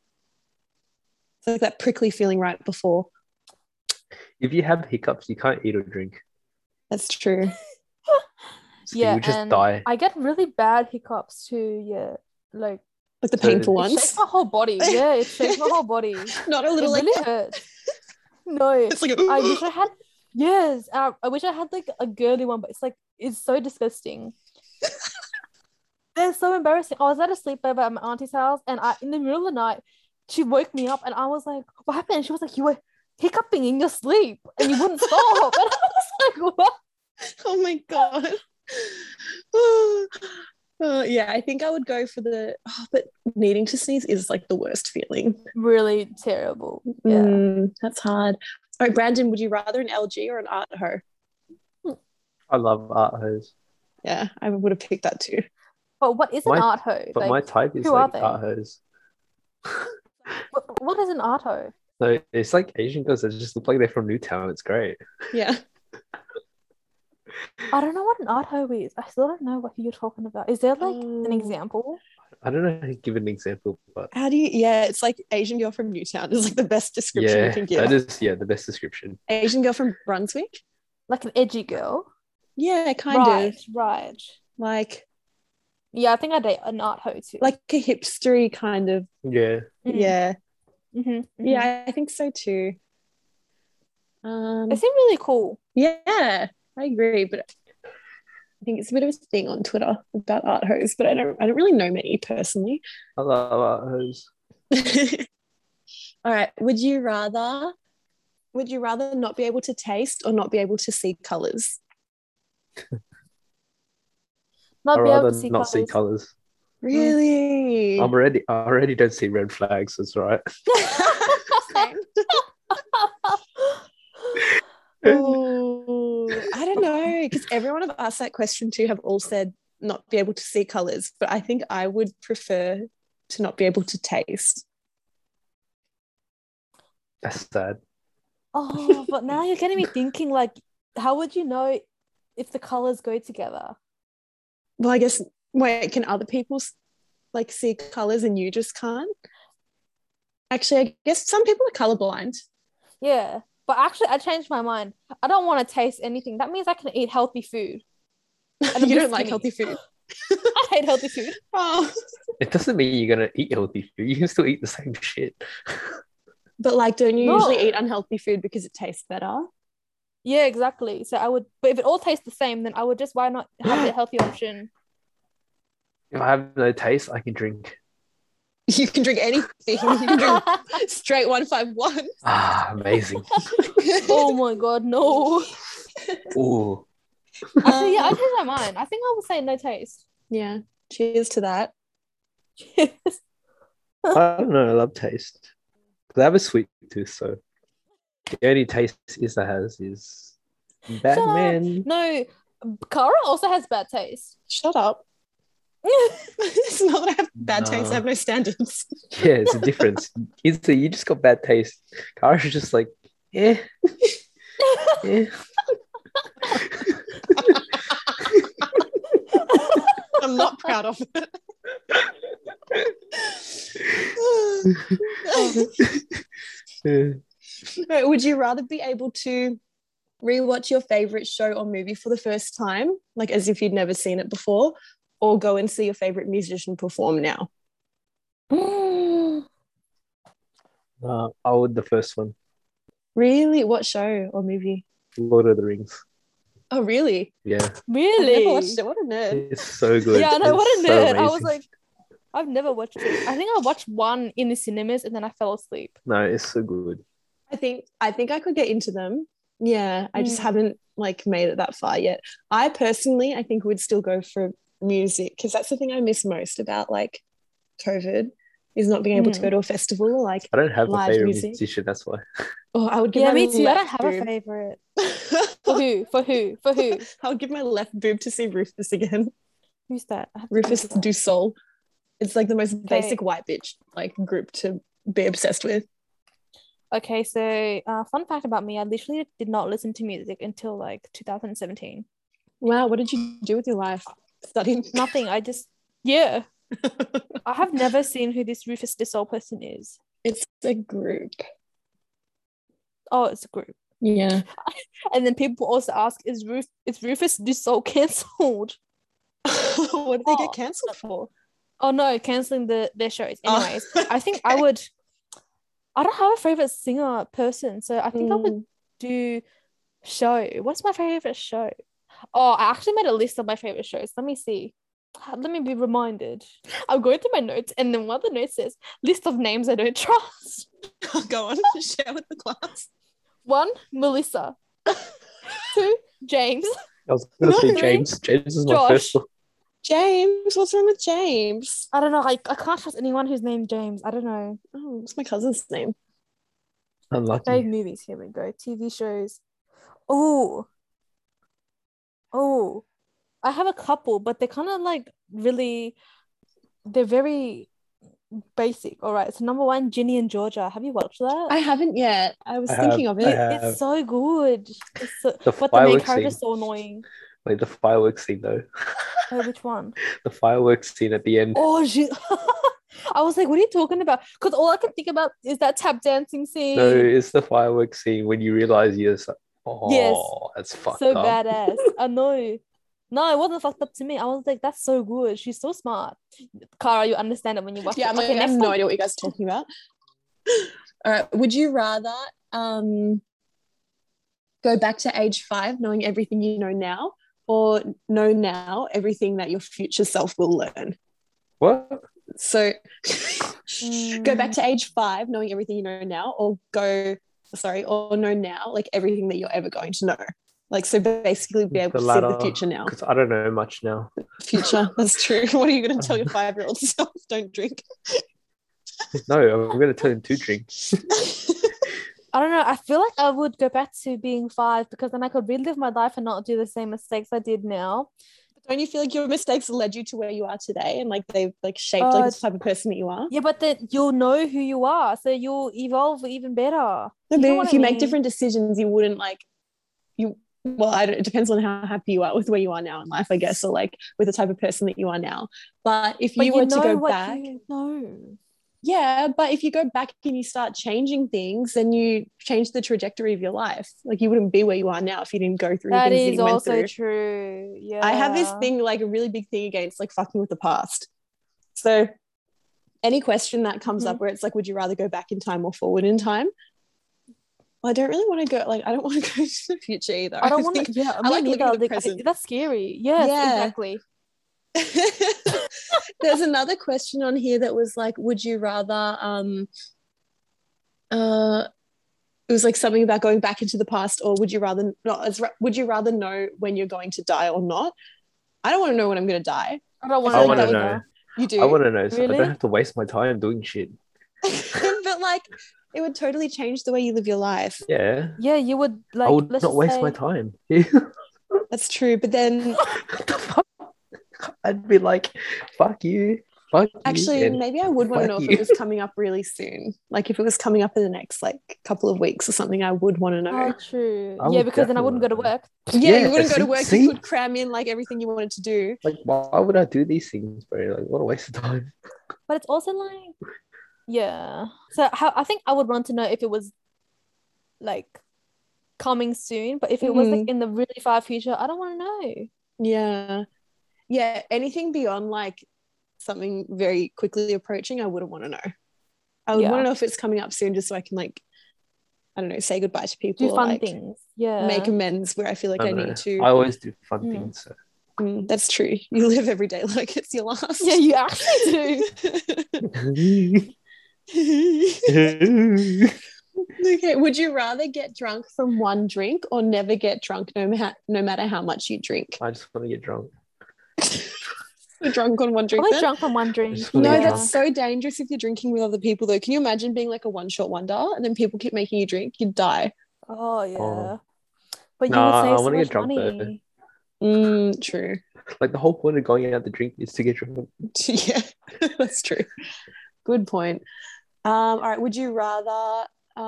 Speaker 2: It's like that prickly feeling right before.
Speaker 4: If you have hiccups, you can't eat or drink.
Speaker 2: That's true.
Speaker 4: So
Speaker 3: Yeah,
Speaker 4: you just
Speaker 3: and
Speaker 4: die.
Speaker 3: I get really bad hiccups too. Yeah, like
Speaker 2: Like the
Speaker 4: So-
Speaker 2: painful
Speaker 3: it shakes
Speaker 2: ones.
Speaker 3: my whole body. Yeah, it shakes my whole body.
Speaker 2: Not a
Speaker 3: It
Speaker 2: [laughs] little like
Speaker 3: really hurts.
Speaker 2: [laughs]
Speaker 3: No,
Speaker 2: it's like a-
Speaker 3: I wish I had. Yes, uh, I wish I had like a girly one, but it's like it's so disgusting. They're so embarrassing. I was at a sleepover at my auntie's house, and I in the middle of the night, she woke me up, and I was like, "What happened?" And she was like, "You were hiccuping in your sleep, and you wouldn't stop." [laughs] and I was like, "What?"
Speaker 2: [laughs] Oh my god. [sighs] Oh, oh, yeah, I think I would go for the. Oh, but needing to sneeze is like the worst feeling.
Speaker 3: Really terrible. Yeah.
Speaker 2: Mm, that's hard. All right, Brandon, would you rather an LG or an Art Ho?
Speaker 4: I love art hose.
Speaker 2: Yeah, I would have picked that too.
Speaker 3: But what is
Speaker 4: My-
Speaker 3: an art hoe?
Speaker 4: But
Speaker 3: Like,
Speaker 4: my type is
Speaker 3: who are
Speaker 4: like
Speaker 3: they?
Speaker 4: art hose.
Speaker 3: what- what is an art hoe?
Speaker 4: So it's like Asian girls that just look like they're from Newtown. It's great.
Speaker 2: Yeah.
Speaker 3: I don't know what an art hoe is. I still don't know what you're talking about. Is there like an
Speaker 2: Oh.
Speaker 3: example?
Speaker 4: I don't know how to give an example, but
Speaker 2: How do you? Yeah, it's like Asian girl from Newtown is like the best description
Speaker 4: yeah,
Speaker 2: you can
Speaker 4: that
Speaker 2: give.
Speaker 4: is yeah the best description.
Speaker 2: Asian girl from Brunswick.
Speaker 3: Like an edgy girl?
Speaker 2: Yeah, kind
Speaker 3: right,
Speaker 2: of
Speaker 3: Right.
Speaker 2: like
Speaker 3: Yeah, I think I date an art hoe too.
Speaker 2: like a hipstery kind of.
Speaker 4: Yeah,
Speaker 3: Mm,
Speaker 2: Yeah,
Speaker 3: mhm, mhm.
Speaker 2: yeah, I think so too. Um,
Speaker 3: They seem really cool.
Speaker 2: Yeah, I agree, but I think it's a bit of a thing on Twitter about art hoes, but I don't I don't really know many personally.
Speaker 4: I love art hose.
Speaker 2: All right, would you rather Would you rather not be able to taste or not be able to see colors?
Speaker 4: I'd
Speaker 3: Not be able
Speaker 4: rather
Speaker 3: to see
Speaker 4: not see
Speaker 3: colours.
Speaker 4: colors.
Speaker 2: Really?
Speaker 4: I'm already, I already don't see red flags. That's right. [laughs]
Speaker 3: Same.
Speaker 2: [laughs] Ooh, I don't know because everyone I've asked that question to have all said not be able to see colors, but I think I would prefer to not be able to taste.
Speaker 4: That's sad.
Speaker 3: [laughs] oh, but now you're getting me thinking. Like, how would you know if the colors go together?
Speaker 2: Well, I guess wait, can other people s- like see colors and you just can't? Actually, I guess some people are colorblind. [laughs]
Speaker 3: Yeah. But actually, I changed my mind. I don't want to taste anything. That means I can eat healthy
Speaker 2: [laughs]
Speaker 3: food. And I'm
Speaker 2: you don't
Speaker 3: just
Speaker 2: like
Speaker 3: skinny.
Speaker 2: healthy food.
Speaker 3: [laughs] I hate healthy food.
Speaker 2: [laughs] Oh,
Speaker 4: It doesn't mean you're gonna eat healthy food. You can still eat the same shit.
Speaker 2: but like, don't you
Speaker 3: No.
Speaker 2: usually eat unhealthy food because it tastes better?
Speaker 3: Yeah, exactly. So I would, but if it all tastes the same, then I would just why not have the healthy option?
Speaker 4: If I have no taste, I can drink.
Speaker 2: [laughs] You can drink anything. [laughs] You can [laughs] drink straight one five one.
Speaker 4: Ah, amazing.
Speaker 3: [laughs]
Speaker 2: [laughs]
Speaker 3: oh my god, no.
Speaker 4: Ooh.
Speaker 3: Actually,
Speaker 2: Um,
Speaker 3: yeah, I changed my mind. I think I will say no taste.
Speaker 2: yeah. Cheers to that.
Speaker 4: I don't know. I love taste. 'Cause I have a sweet tooth, so the only taste is I has is Batman.
Speaker 3: no, Kara also has bad taste. [gasps]
Speaker 2: Shut up. [laughs] it's not that I have bad taste,
Speaker 4: No.
Speaker 2: I have no standards.
Speaker 4: [laughs]
Speaker 2: [laughs]
Speaker 4: Yeah, it's a difference. It's a, you just got bad taste. Kara's just like,
Speaker 3: [laughs]
Speaker 4: eh, eh. [laughs]
Speaker 2: I'm not proud of [laughs] it.
Speaker 4: eh.
Speaker 2: Right, would you rather be able to rewatch your favorite show or movie for the first time, like as if you'd never seen it before, or go and see your favorite musician perform now?
Speaker 4: Uh, I would the first one,
Speaker 2: Really? What show or movie?
Speaker 4: Lord of the Rings.
Speaker 2: Oh, really?
Speaker 4: Yeah,
Speaker 3: really?
Speaker 2: I've never watched it. What a nerd.
Speaker 4: it's
Speaker 3: [laughs]
Speaker 4: so good.
Speaker 3: Yeah, I know.
Speaker 4: It's
Speaker 3: What a
Speaker 4: so
Speaker 3: nerd. I was
Speaker 4: amazing.
Speaker 3: like, I've never watched it. I think I watched one in the cinemas and then I fell asleep.
Speaker 4: no, it's so good.
Speaker 2: I think I think I could get into them. Yeah, I just
Speaker 3: Mm.
Speaker 2: haven't like made it that far yet. I personally, I think would still go for music because that's the thing I miss most about like COVID is not being able to
Speaker 3: Mm.
Speaker 2: go to a festival. Or, like,
Speaker 4: I don't have a
Speaker 2: Live
Speaker 4: favorite
Speaker 2: music.
Speaker 4: musician. That's why.
Speaker 2: oh, I would give
Speaker 3: Yeah,
Speaker 2: my
Speaker 3: me too. I don't
Speaker 2: left
Speaker 3: have a
Speaker 2: boob-
Speaker 3: favorite.
Speaker 2: [laughs]
Speaker 3: For who? For who? For who?
Speaker 2: I would give my left boob to see Rufus again.
Speaker 3: [laughs]
Speaker 2: [laughs]
Speaker 3: Who's that? I have to
Speaker 2: Rufus
Speaker 3: Google that.
Speaker 2: Dussel. It's like the most
Speaker 3: Okay.
Speaker 2: basic white bitch like group to be obsessed with.
Speaker 3: Okay, so uh, fun fact about me, I literally did not listen to music until like 2017.
Speaker 2: Wow, what did you do with your life? Studying.
Speaker 3: Nothing. I just, [laughs] yeah. I have never seen who this Rufus Dissol person is.
Speaker 2: It's a group.
Speaker 3: Oh, it's a group.
Speaker 2: Yeah.
Speaker 3: And then people also ask, is Ruf is Rufus [laughs] Dissol cancelled?
Speaker 2: [laughs] what did they
Speaker 3: Oh.
Speaker 2: get cancelled for?
Speaker 3: Oh no, canceling the their shows.
Speaker 2: Oh.
Speaker 3: Anyways, I think [laughs] I would. I don't have a favorite singer person, so I think I would
Speaker 2: Mm.
Speaker 3: do show. What's my favorite show? Oh, I actually made a list of my favorite shows. Let me see. Ha- Let me be reminded. [laughs] I'll go through my notes, and then one of the notes says list of names I don't [laughs] trust.
Speaker 2: [laughs] Go on, [laughs] share with the class.
Speaker 3: One, Melissa. [laughs] Two, James.
Speaker 4: I was gonna
Speaker 2: No,
Speaker 4: say
Speaker 3: really?
Speaker 4: James. James is my
Speaker 3: Josh.
Speaker 4: first one. [laughs]
Speaker 2: James, what's wrong with James?
Speaker 3: I don't know. I, I can't trust anyone who's named James. I don't know.
Speaker 2: Oh, it's my cousin's name.
Speaker 3: Fave
Speaker 4: Unlucky.
Speaker 3: movies. Here we go. TV shows. Oh, oh, I have a couple, but they're kind of like really, they're very basic. All right. So number one, Ginny and Georgia. Have you watched that?
Speaker 2: I haven't yet. I was
Speaker 4: I
Speaker 2: thinking of
Speaker 4: I
Speaker 2: it.
Speaker 4: have-
Speaker 3: it's so good. It's so,
Speaker 4: The
Speaker 3: but the main
Speaker 4: fireworks
Speaker 3: character's
Speaker 4: scene.
Speaker 3: so annoying.
Speaker 4: Like the fireworks scene though. [laughs]
Speaker 3: Oh, which one?
Speaker 4: The fireworks scene at the end.
Speaker 3: Oh, Gi- [laughs] I was like, what are you talking about? Because all I can think about is that tap dancing scene.
Speaker 4: No, it's the fireworks scene when you realize you're just like, oh,
Speaker 3: Yes.
Speaker 4: that's fucked
Speaker 3: so
Speaker 4: up.
Speaker 3: badass. I know. No, it wasn't fucked up to me. I was like, that's so good. She's so smart. Cara, you understand it when you watch
Speaker 2: Yeah,
Speaker 3: it.
Speaker 2: I'm like, I have
Speaker 3: next
Speaker 2: no
Speaker 3: one.
Speaker 2: idea what you guys are talking about. [laughs] All right. Would you rather um, go back to age five, knowing everything you know now, or know now everything that your future self will learn?
Speaker 4: What?
Speaker 2: [laughs] So go back to age five, knowing everything you know now, or go sorry, or know now, like everything that you're ever going to know. Like so basically be able
Speaker 4: The
Speaker 2: to see
Speaker 4: latter.
Speaker 2: the future now.
Speaker 4: because I don't know
Speaker 3: [laughs]
Speaker 4: much now.
Speaker 2: Future. [laughs] That's true. What are you gonna tell
Speaker 4: [laughs]
Speaker 2: your five year old self? Don't drink. [laughs]
Speaker 4: No, I'm going to tell him to drink.
Speaker 1: I don't know. I feel like I would go back to being five because then I could relive my life and not do the same mistakes I did now.
Speaker 2: Don't you feel like your mistakes led you to where you are today and like they've like shaped
Speaker 1: Oh,
Speaker 2: like
Speaker 1: it's-
Speaker 2: the type of person that you are?
Speaker 1: Yeah, but then you'll know who you are, so you'll evolve even better.
Speaker 2: No,
Speaker 1: You
Speaker 2: but
Speaker 1: know what
Speaker 2: if
Speaker 1: I
Speaker 2: you make
Speaker 1: mean?
Speaker 2: different decisions, you wouldn't like you. Well, I don't, it depends on how happy you are with where you are now in life, I guess, or like with the type of person that you are now. But if
Speaker 1: But
Speaker 2: you, were to
Speaker 1: know
Speaker 2: go
Speaker 1: what
Speaker 2: back,
Speaker 1: you know.
Speaker 2: yeah, but if you go back and you start changing things, then you change the trajectory of your life. Like you wouldn't be where you are now if you didn't go through the
Speaker 1: That
Speaker 2: things that
Speaker 1: is
Speaker 2: you went
Speaker 1: also
Speaker 2: through.
Speaker 1: true. Yeah.
Speaker 2: I have this thing, like a really big thing against like fucking with the past. So any question that comes
Speaker 1: Mm-hmm.
Speaker 2: up where it's like, would you rather go back in time or forward in time? Well, I don't really want to go like I don't [laughs] want to go to the future either.
Speaker 1: I don't want
Speaker 2: [laughs] think-
Speaker 1: to. Yeah,
Speaker 2: I
Speaker 1: me
Speaker 2: like looking at
Speaker 1: neither.
Speaker 2: the
Speaker 1: Like, I-
Speaker 2: present.
Speaker 1: that's scary. Yes,
Speaker 2: Yeah.
Speaker 1: exactly.
Speaker 2: There's another question on here that was like, would you rather um uh it was like something about going back into the past or would you rather not as would you rather know when you're going to die or not? I don't want to know when I'm gonna die.
Speaker 1: I don't want
Speaker 2: I
Speaker 1: to.
Speaker 2: wanna
Speaker 4: know.
Speaker 2: You do.
Speaker 4: I want to know so I
Speaker 1: Really?
Speaker 4: don't have to waste my time doing shit.
Speaker 2: [laughs] but like it would totally change the way you live your life.
Speaker 4: Yeah.
Speaker 1: Yeah, you would like.
Speaker 4: I would
Speaker 1: let's
Speaker 4: not
Speaker 1: just
Speaker 4: waste
Speaker 1: say,
Speaker 4: my time. [laughs] what
Speaker 2: That's true. But
Speaker 4: [laughs]
Speaker 2: then
Speaker 4: the fuck? I'd be like, fuck you. Fuck you.
Speaker 2: actually,
Speaker 4: and-
Speaker 2: maybe I would want to
Speaker 4: fuck
Speaker 2: know if it
Speaker 4: you.
Speaker 2: was coming up really soon. Like if it was coming up in the next like couple of weeks or something, I would want to know.
Speaker 1: Oh, true.
Speaker 4: I
Speaker 1: yeah,
Speaker 4: would
Speaker 1: because then I wouldn't go to
Speaker 4: definitely
Speaker 1: work.
Speaker 2: Oh,
Speaker 4: [laughs]
Speaker 2: yeah,
Speaker 4: yeah,
Speaker 2: you wouldn't go
Speaker 4: see-
Speaker 2: to work.
Speaker 4: see?
Speaker 2: You could cram in like everything you wanted to do.
Speaker 4: like, why would I do these things, bro? Like, what a waste of time.
Speaker 1: But it's also like, yeah. So how, I think I would want to know if it was like coming soon, but if it was like in the really far future, I don't want to know.
Speaker 2: Yeah. Yeah. Anything beyond like something very quickly approaching, I wouldn't want to know. I would
Speaker 1: Yeah.
Speaker 2: want to know if it's coming up soon just so I can like, I don't know, say goodbye to people.
Speaker 1: Do
Speaker 2: or,
Speaker 1: fun
Speaker 2: like,
Speaker 1: things. Yeah.
Speaker 2: Make amends where I feel like I,
Speaker 4: don't know.
Speaker 2: need to. Hmm.
Speaker 4: I always do fun
Speaker 1: Mm.
Speaker 4: things. So. [laughs]
Speaker 2: Mm, that's true. You live every day [laughs] like it's your last.
Speaker 1: [laughs] yeah, you actually do.
Speaker 2: [laughs] okay. Would you rather get drunk from one drink or never get drunk no, ma- no matter how much you drink?
Speaker 4: I just want to get drunk.
Speaker 2: You're drunk on one drink.
Speaker 1: [laughs] Probably
Speaker 2: then?
Speaker 1: drunk from one drink.
Speaker 4: Just
Speaker 2: No,
Speaker 4: Yeah.
Speaker 2: that's so dangerous if you're drinking with other people, though. Can you imagine being like a one shot wonder and then people keep making you drink? You'd die.
Speaker 1: Oh yeah.
Speaker 4: Oh.
Speaker 1: But you
Speaker 4: Nah,
Speaker 1: would save
Speaker 4: I
Speaker 1: so
Speaker 4: wanna
Speaker 1: much
Speaker 4: get drunk, though.
Speaker 1: money.
Speaker 2: Mm, true.
Speaker 4: Like, the whole point of going out to drink is to get drunk.
Speaker 2: [laughs] yeah, that's true. Good point. Um, all right. Would you rather. Um,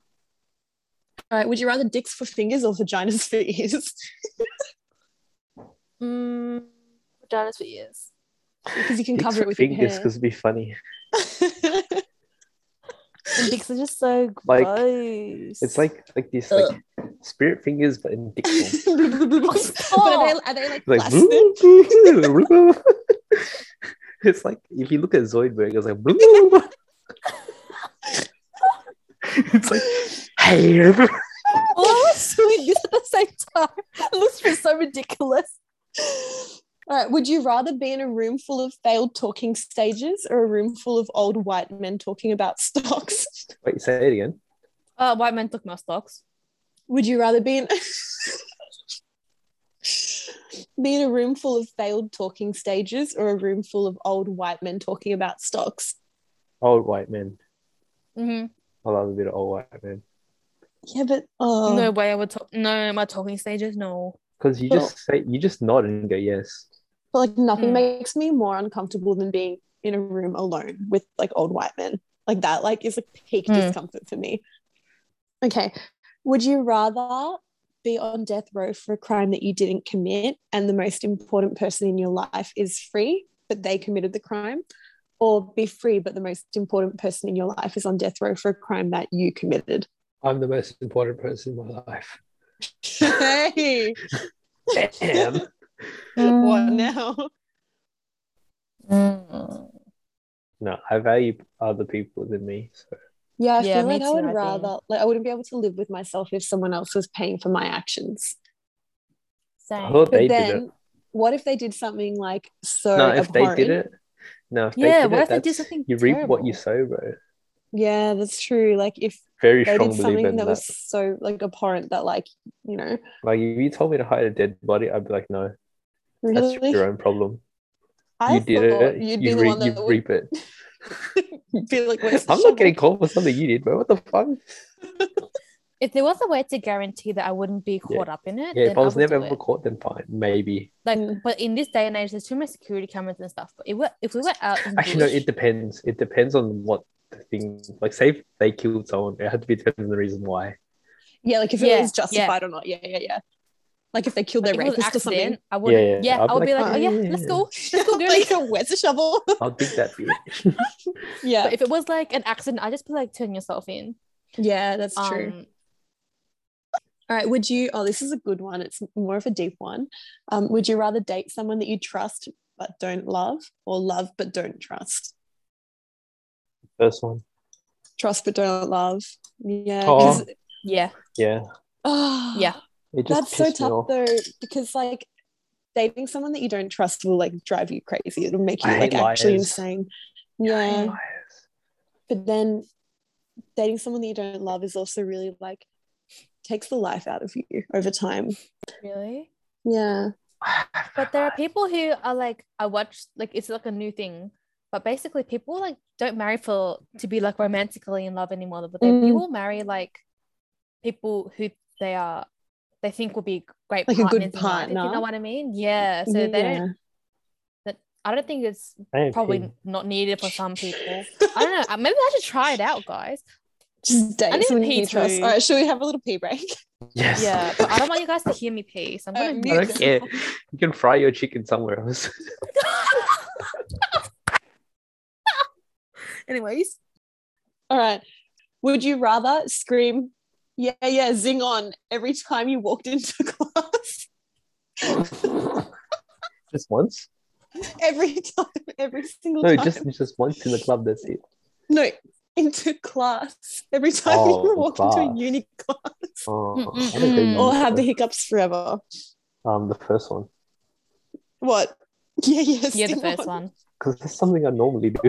Speaker 2: all right. Would you rather dicks for fingers or vaginas for ears?
Speaker 1: Mm, vaginas for years.
Speaker 2: Because you can
Speaker 4: Dicks
Speaker 2: cover
Speaker 4: for
Speaker 2: it with
Speaker 4: fingers
Speaker 2: your hair. [laughs]
Speaker 4: because it'd be funny.
Speaker 1: And dicks are just so
Speaker 4: Like,
Speaker 1: gross.
Speaker 4: It's like like this like spirit fingers, but in dick form.
Speaker 2: but are they, are they like,
Speaker 4: It's Oh, like
Speaker 2: plastic?
Speaker 4: [laughs] it's like if you look at Zoidberg, it's like [laughs] it's like hey
Speaker 1: oh, I was doing this at the same time. It looks just so ridiculous.
Speaker 2: All right. Would you rather be in a room full of failed talking stages or a room full of old white men talking about stocks?
Speaker 4: wait say it again
Speaker 3: Uh, white men took my stocks.
Speaker 2: Would you rather be in be in a room full of failed talking stages or a room full of old white men talking about stocks?
Speaker 4: old white men
Speaker 3: Mm-hmm.
Speaker 4: I love a bit of old white men
Speaker 2: Yeah, but oh,
Speaker 3: No way I would talk. No, my talking stages, no.
Speaker 4: because you just say you just nod and go yes
Speaker 2: but like nothing
Speaker 3: Mm.
Speaker 2: makes me more uncomfortable than being in a room alone with like old white men. Like that, like is like peak
Speaker 3: Mm.
Speaker 2: discomfort for me. Okay, would you rather be on death row for a crime that you didn't commit, and the most important person in your life is free, but they committed the crime, or be free, but the most important person in your life is on death row for a crime that you committed? [laughs]
Speaker 4: I'm the most important person in my life
Speaker 2: Hey,
Speaker 4: damn
Speaker 3: Hmm.
Speaker 2: what now?
Speaker 4: no I value other people than me so
Speaker 2: Yeah, I
Speaker 3: Yeah,
Speaker 2: feel
Speaker 3: me
Speaker 2: like I
Speaker 3: too, I
Speaker 2: would
Speaker 3: think.
Speaker 2: rather like I wouldn't be able to live with myself if someone else was paying for my actions.
Speaker 4: I
Speaker 3: Same.
Speaker 2: But
Speaker 4: thought they did it
Speaker 2: then what if they did something like so
Speaker 4: no if they
Speaker 2: abhorrent?
Speaker 4: did it no if
Speaker 3: Yeah,
Speaker 4: they did
Speaker 3: what
Speaker 4: it,
Speaker 3: if they did
Speaker 4: that's-
Speaker 3: something
Speaker 4: you reap what you
Speaker 3: terrible?
Speaker 4: sow bro
Speaker 2: yeah, that's true. Like if
Speaker 4: Very
Speaker 2: they
Speaker 4: strong
Speaker 2: did
Speaker 4: belief
Speaker 2: something
Speaker 4: in
Speaker 2: that
Speaker 4: that.
Speaker 2: was so like abhorrent that like you know
Speaker 4: Like if you told me to hide a dead body, I'd be like, no, that's
Speaker 2: really
Speaker 4: your own problem.
Speaker 2: I
Speaker 4: you did
Speaker 2: thought
Speaker 4: it.
Speaker 2: You'd be
Speaker 4: you
Speaker 2: the
Speaker 4: re-
Speaker 2: one
Speaker 4: you
Speaker 2: that would
Speaker 4: reap it.
Speaker 2: [laughs] be like,
Speaker 4: [laughs]
Speaker 2: "Where's the
Speaker 4: I'm not
Speaker 2: shovel?"
Speaker 4: getting caught for something you did, bro. What the fuck?
Speaker 3: If there was a way to guarantee that I wouldn't be caught up in it,
Speaker 4: Yeah,
Speaker 3: then
Speaker 4: if I was
Speaker 3: would
Speaker 4: never
Speaker 3: do
Speaker 4: ever
Speaker 3: it.
Speaker 4: caught, then fine, maybe.
Speaker 3: like,
Speaker 2: Mm.
Speaker 3: but in this day and age, there's too much security cameras and stuff. But if we, if we were out, in
Speaker 4: Actually, no,
Speaker 3: bush-
Speaker 4: it depends. It depends on what the thing. Like, say if they killed someone, it had to be depends on the
Speaker 2: [laughs]
Speaker 4: reason why.
Speaker 2: Yeah, like if
Speaker 3: Yeah,
Speaker 2: it was justified or not. Yeah, yeah, yeah. Like if they killed
Speaker 3: like,
Speaker 2: their
Speaker 3: if it was
Speaker 2: rapist or something.
Speaker 3: accident, I would, yeah,
Speaker 4: yeah, I'd
Speaker 3: I
Speaker 4: be
Speaker 3: would be
Speaker 4: like,
Speaker 3: like, oh yeah,
Speaker 4: "Oh, yeah,
Speaker 3: let's
Speaker 4: yeah."
Speaker 3: go, let's
Speaker 2: [laughs]
Speaker 3: go, girl.
Speaker 2: like, where's the shovel? [laughs]
Speaker 4: I'll dig that bit.
Speaker 2: yeah,
Speaker 3: But if it was like an accident, I'd just be like, turn yourself in.
Speaker 2: yeah, that's true.
Speaker 3: Um,
Speaker 2: All right, would you? Oh, this is a good one. It's more of a deep one. Um, would you rather date someone that you trust but don't love, or love but don't trust?
Speaker 4: First one.
Speaker 2: Trust but don't love. Yeah.
Speaker 4: Oh.
Speaker 2: 'cause-
Speaker 3: yeah,
Speaker 4: Yeah.
Speaker 2: oh,
Speaker 1: [gasps]
Speaker 3: Yeah.
Speaker 4: It just
Speaker 2: That's so
Speaker 4: pissed me
Speaker 2: tough
Speaker 4: off.
Speaker 2: though, because like dating someone that you don't trust will like drive you crazy. It'll make you
Speaker 4: I hate
Speaker 2: like actually
Speaker 4: liars.
Speaker 2: insane.
Speaker 4: I
Speaker 2: Yeah.
Speaker 4: hate liars.
Speaker 2: but then dating someone that you don't love is also really like takes the life out of you over time
Speaker 3: really.
Speaker 2: yeah
Speaker 3: But there are people who are like, I watched like it's like a new thing. But basically, people like don't marry for to be like romantically in love anymore. But they
Speaker 2: Mm.
Speaker 3: people marry like people who they are they think will be great
Speaker 2: Like a good
Speaker 3: partners in life, if You
Speaker 2: partner.
Speaker 3: know what I mean? Yeah. So they
Speaker 2: yeah.
Speaker 3: don't. I don't think it's
Speaker 4: I
Speaker 3: probably not needed for some people. I don't know. uh, Maybe I should try it out, guys.
Speaker 2: just
Speaker 3: I
Speaker 2: date
Speaker 3: need to
Speaker 2: someone
Speaker 3: pee
Speaker 2: you trust
Speaker 3: too.
Speaker 2: all right should we have a little pee break [laughs]
Speaker 4: Yes. [laughs]
Speaker 3: Yeah, but I don't want you guys to hear me pee. So I'm
Speaker 2: Uh,
Speaker 3: gonna
Speaker 2: mute
Speaker 4: I
Speaker 3: mute
Speaker 2: [laughs]
Speaker 4: don't care.
Speaker 3: [laughs]
Speaker 4: You can fry your chicken somewhere else.
Speaker 3: Anyways,
Speaker 2: all right would you rather scream yeah yeah zing on every time you walked into [laughs] class
Speaker 4: just once?
Speaker 2: every time every single
Speaker 4: [laughs] No,
Speaker 2: time
Speaker 4: just just once in the club. That's it.
Speaker 2: no into class every time
Speaker 4: Oh,
Speaker 2: you
Speaker 4: in
Speaker 2: walked into
Speaker 4: class.
Speaker 2: a uni class
Speaker 4: Oh, I
Speaker 3: Mm-mm-mm.
Speaker 4: don't think-
Speaker 2: or have the hiccups forever
Speaker 4: um the first one
Speaker 2: what [laughs] yeah yeah,
Speaker 3: yeah, the
Speaker 2: zing
Speaker 3: first
Speaker 2: on.
Speaker 3: one.
Speaker 4: because that's something I normally do.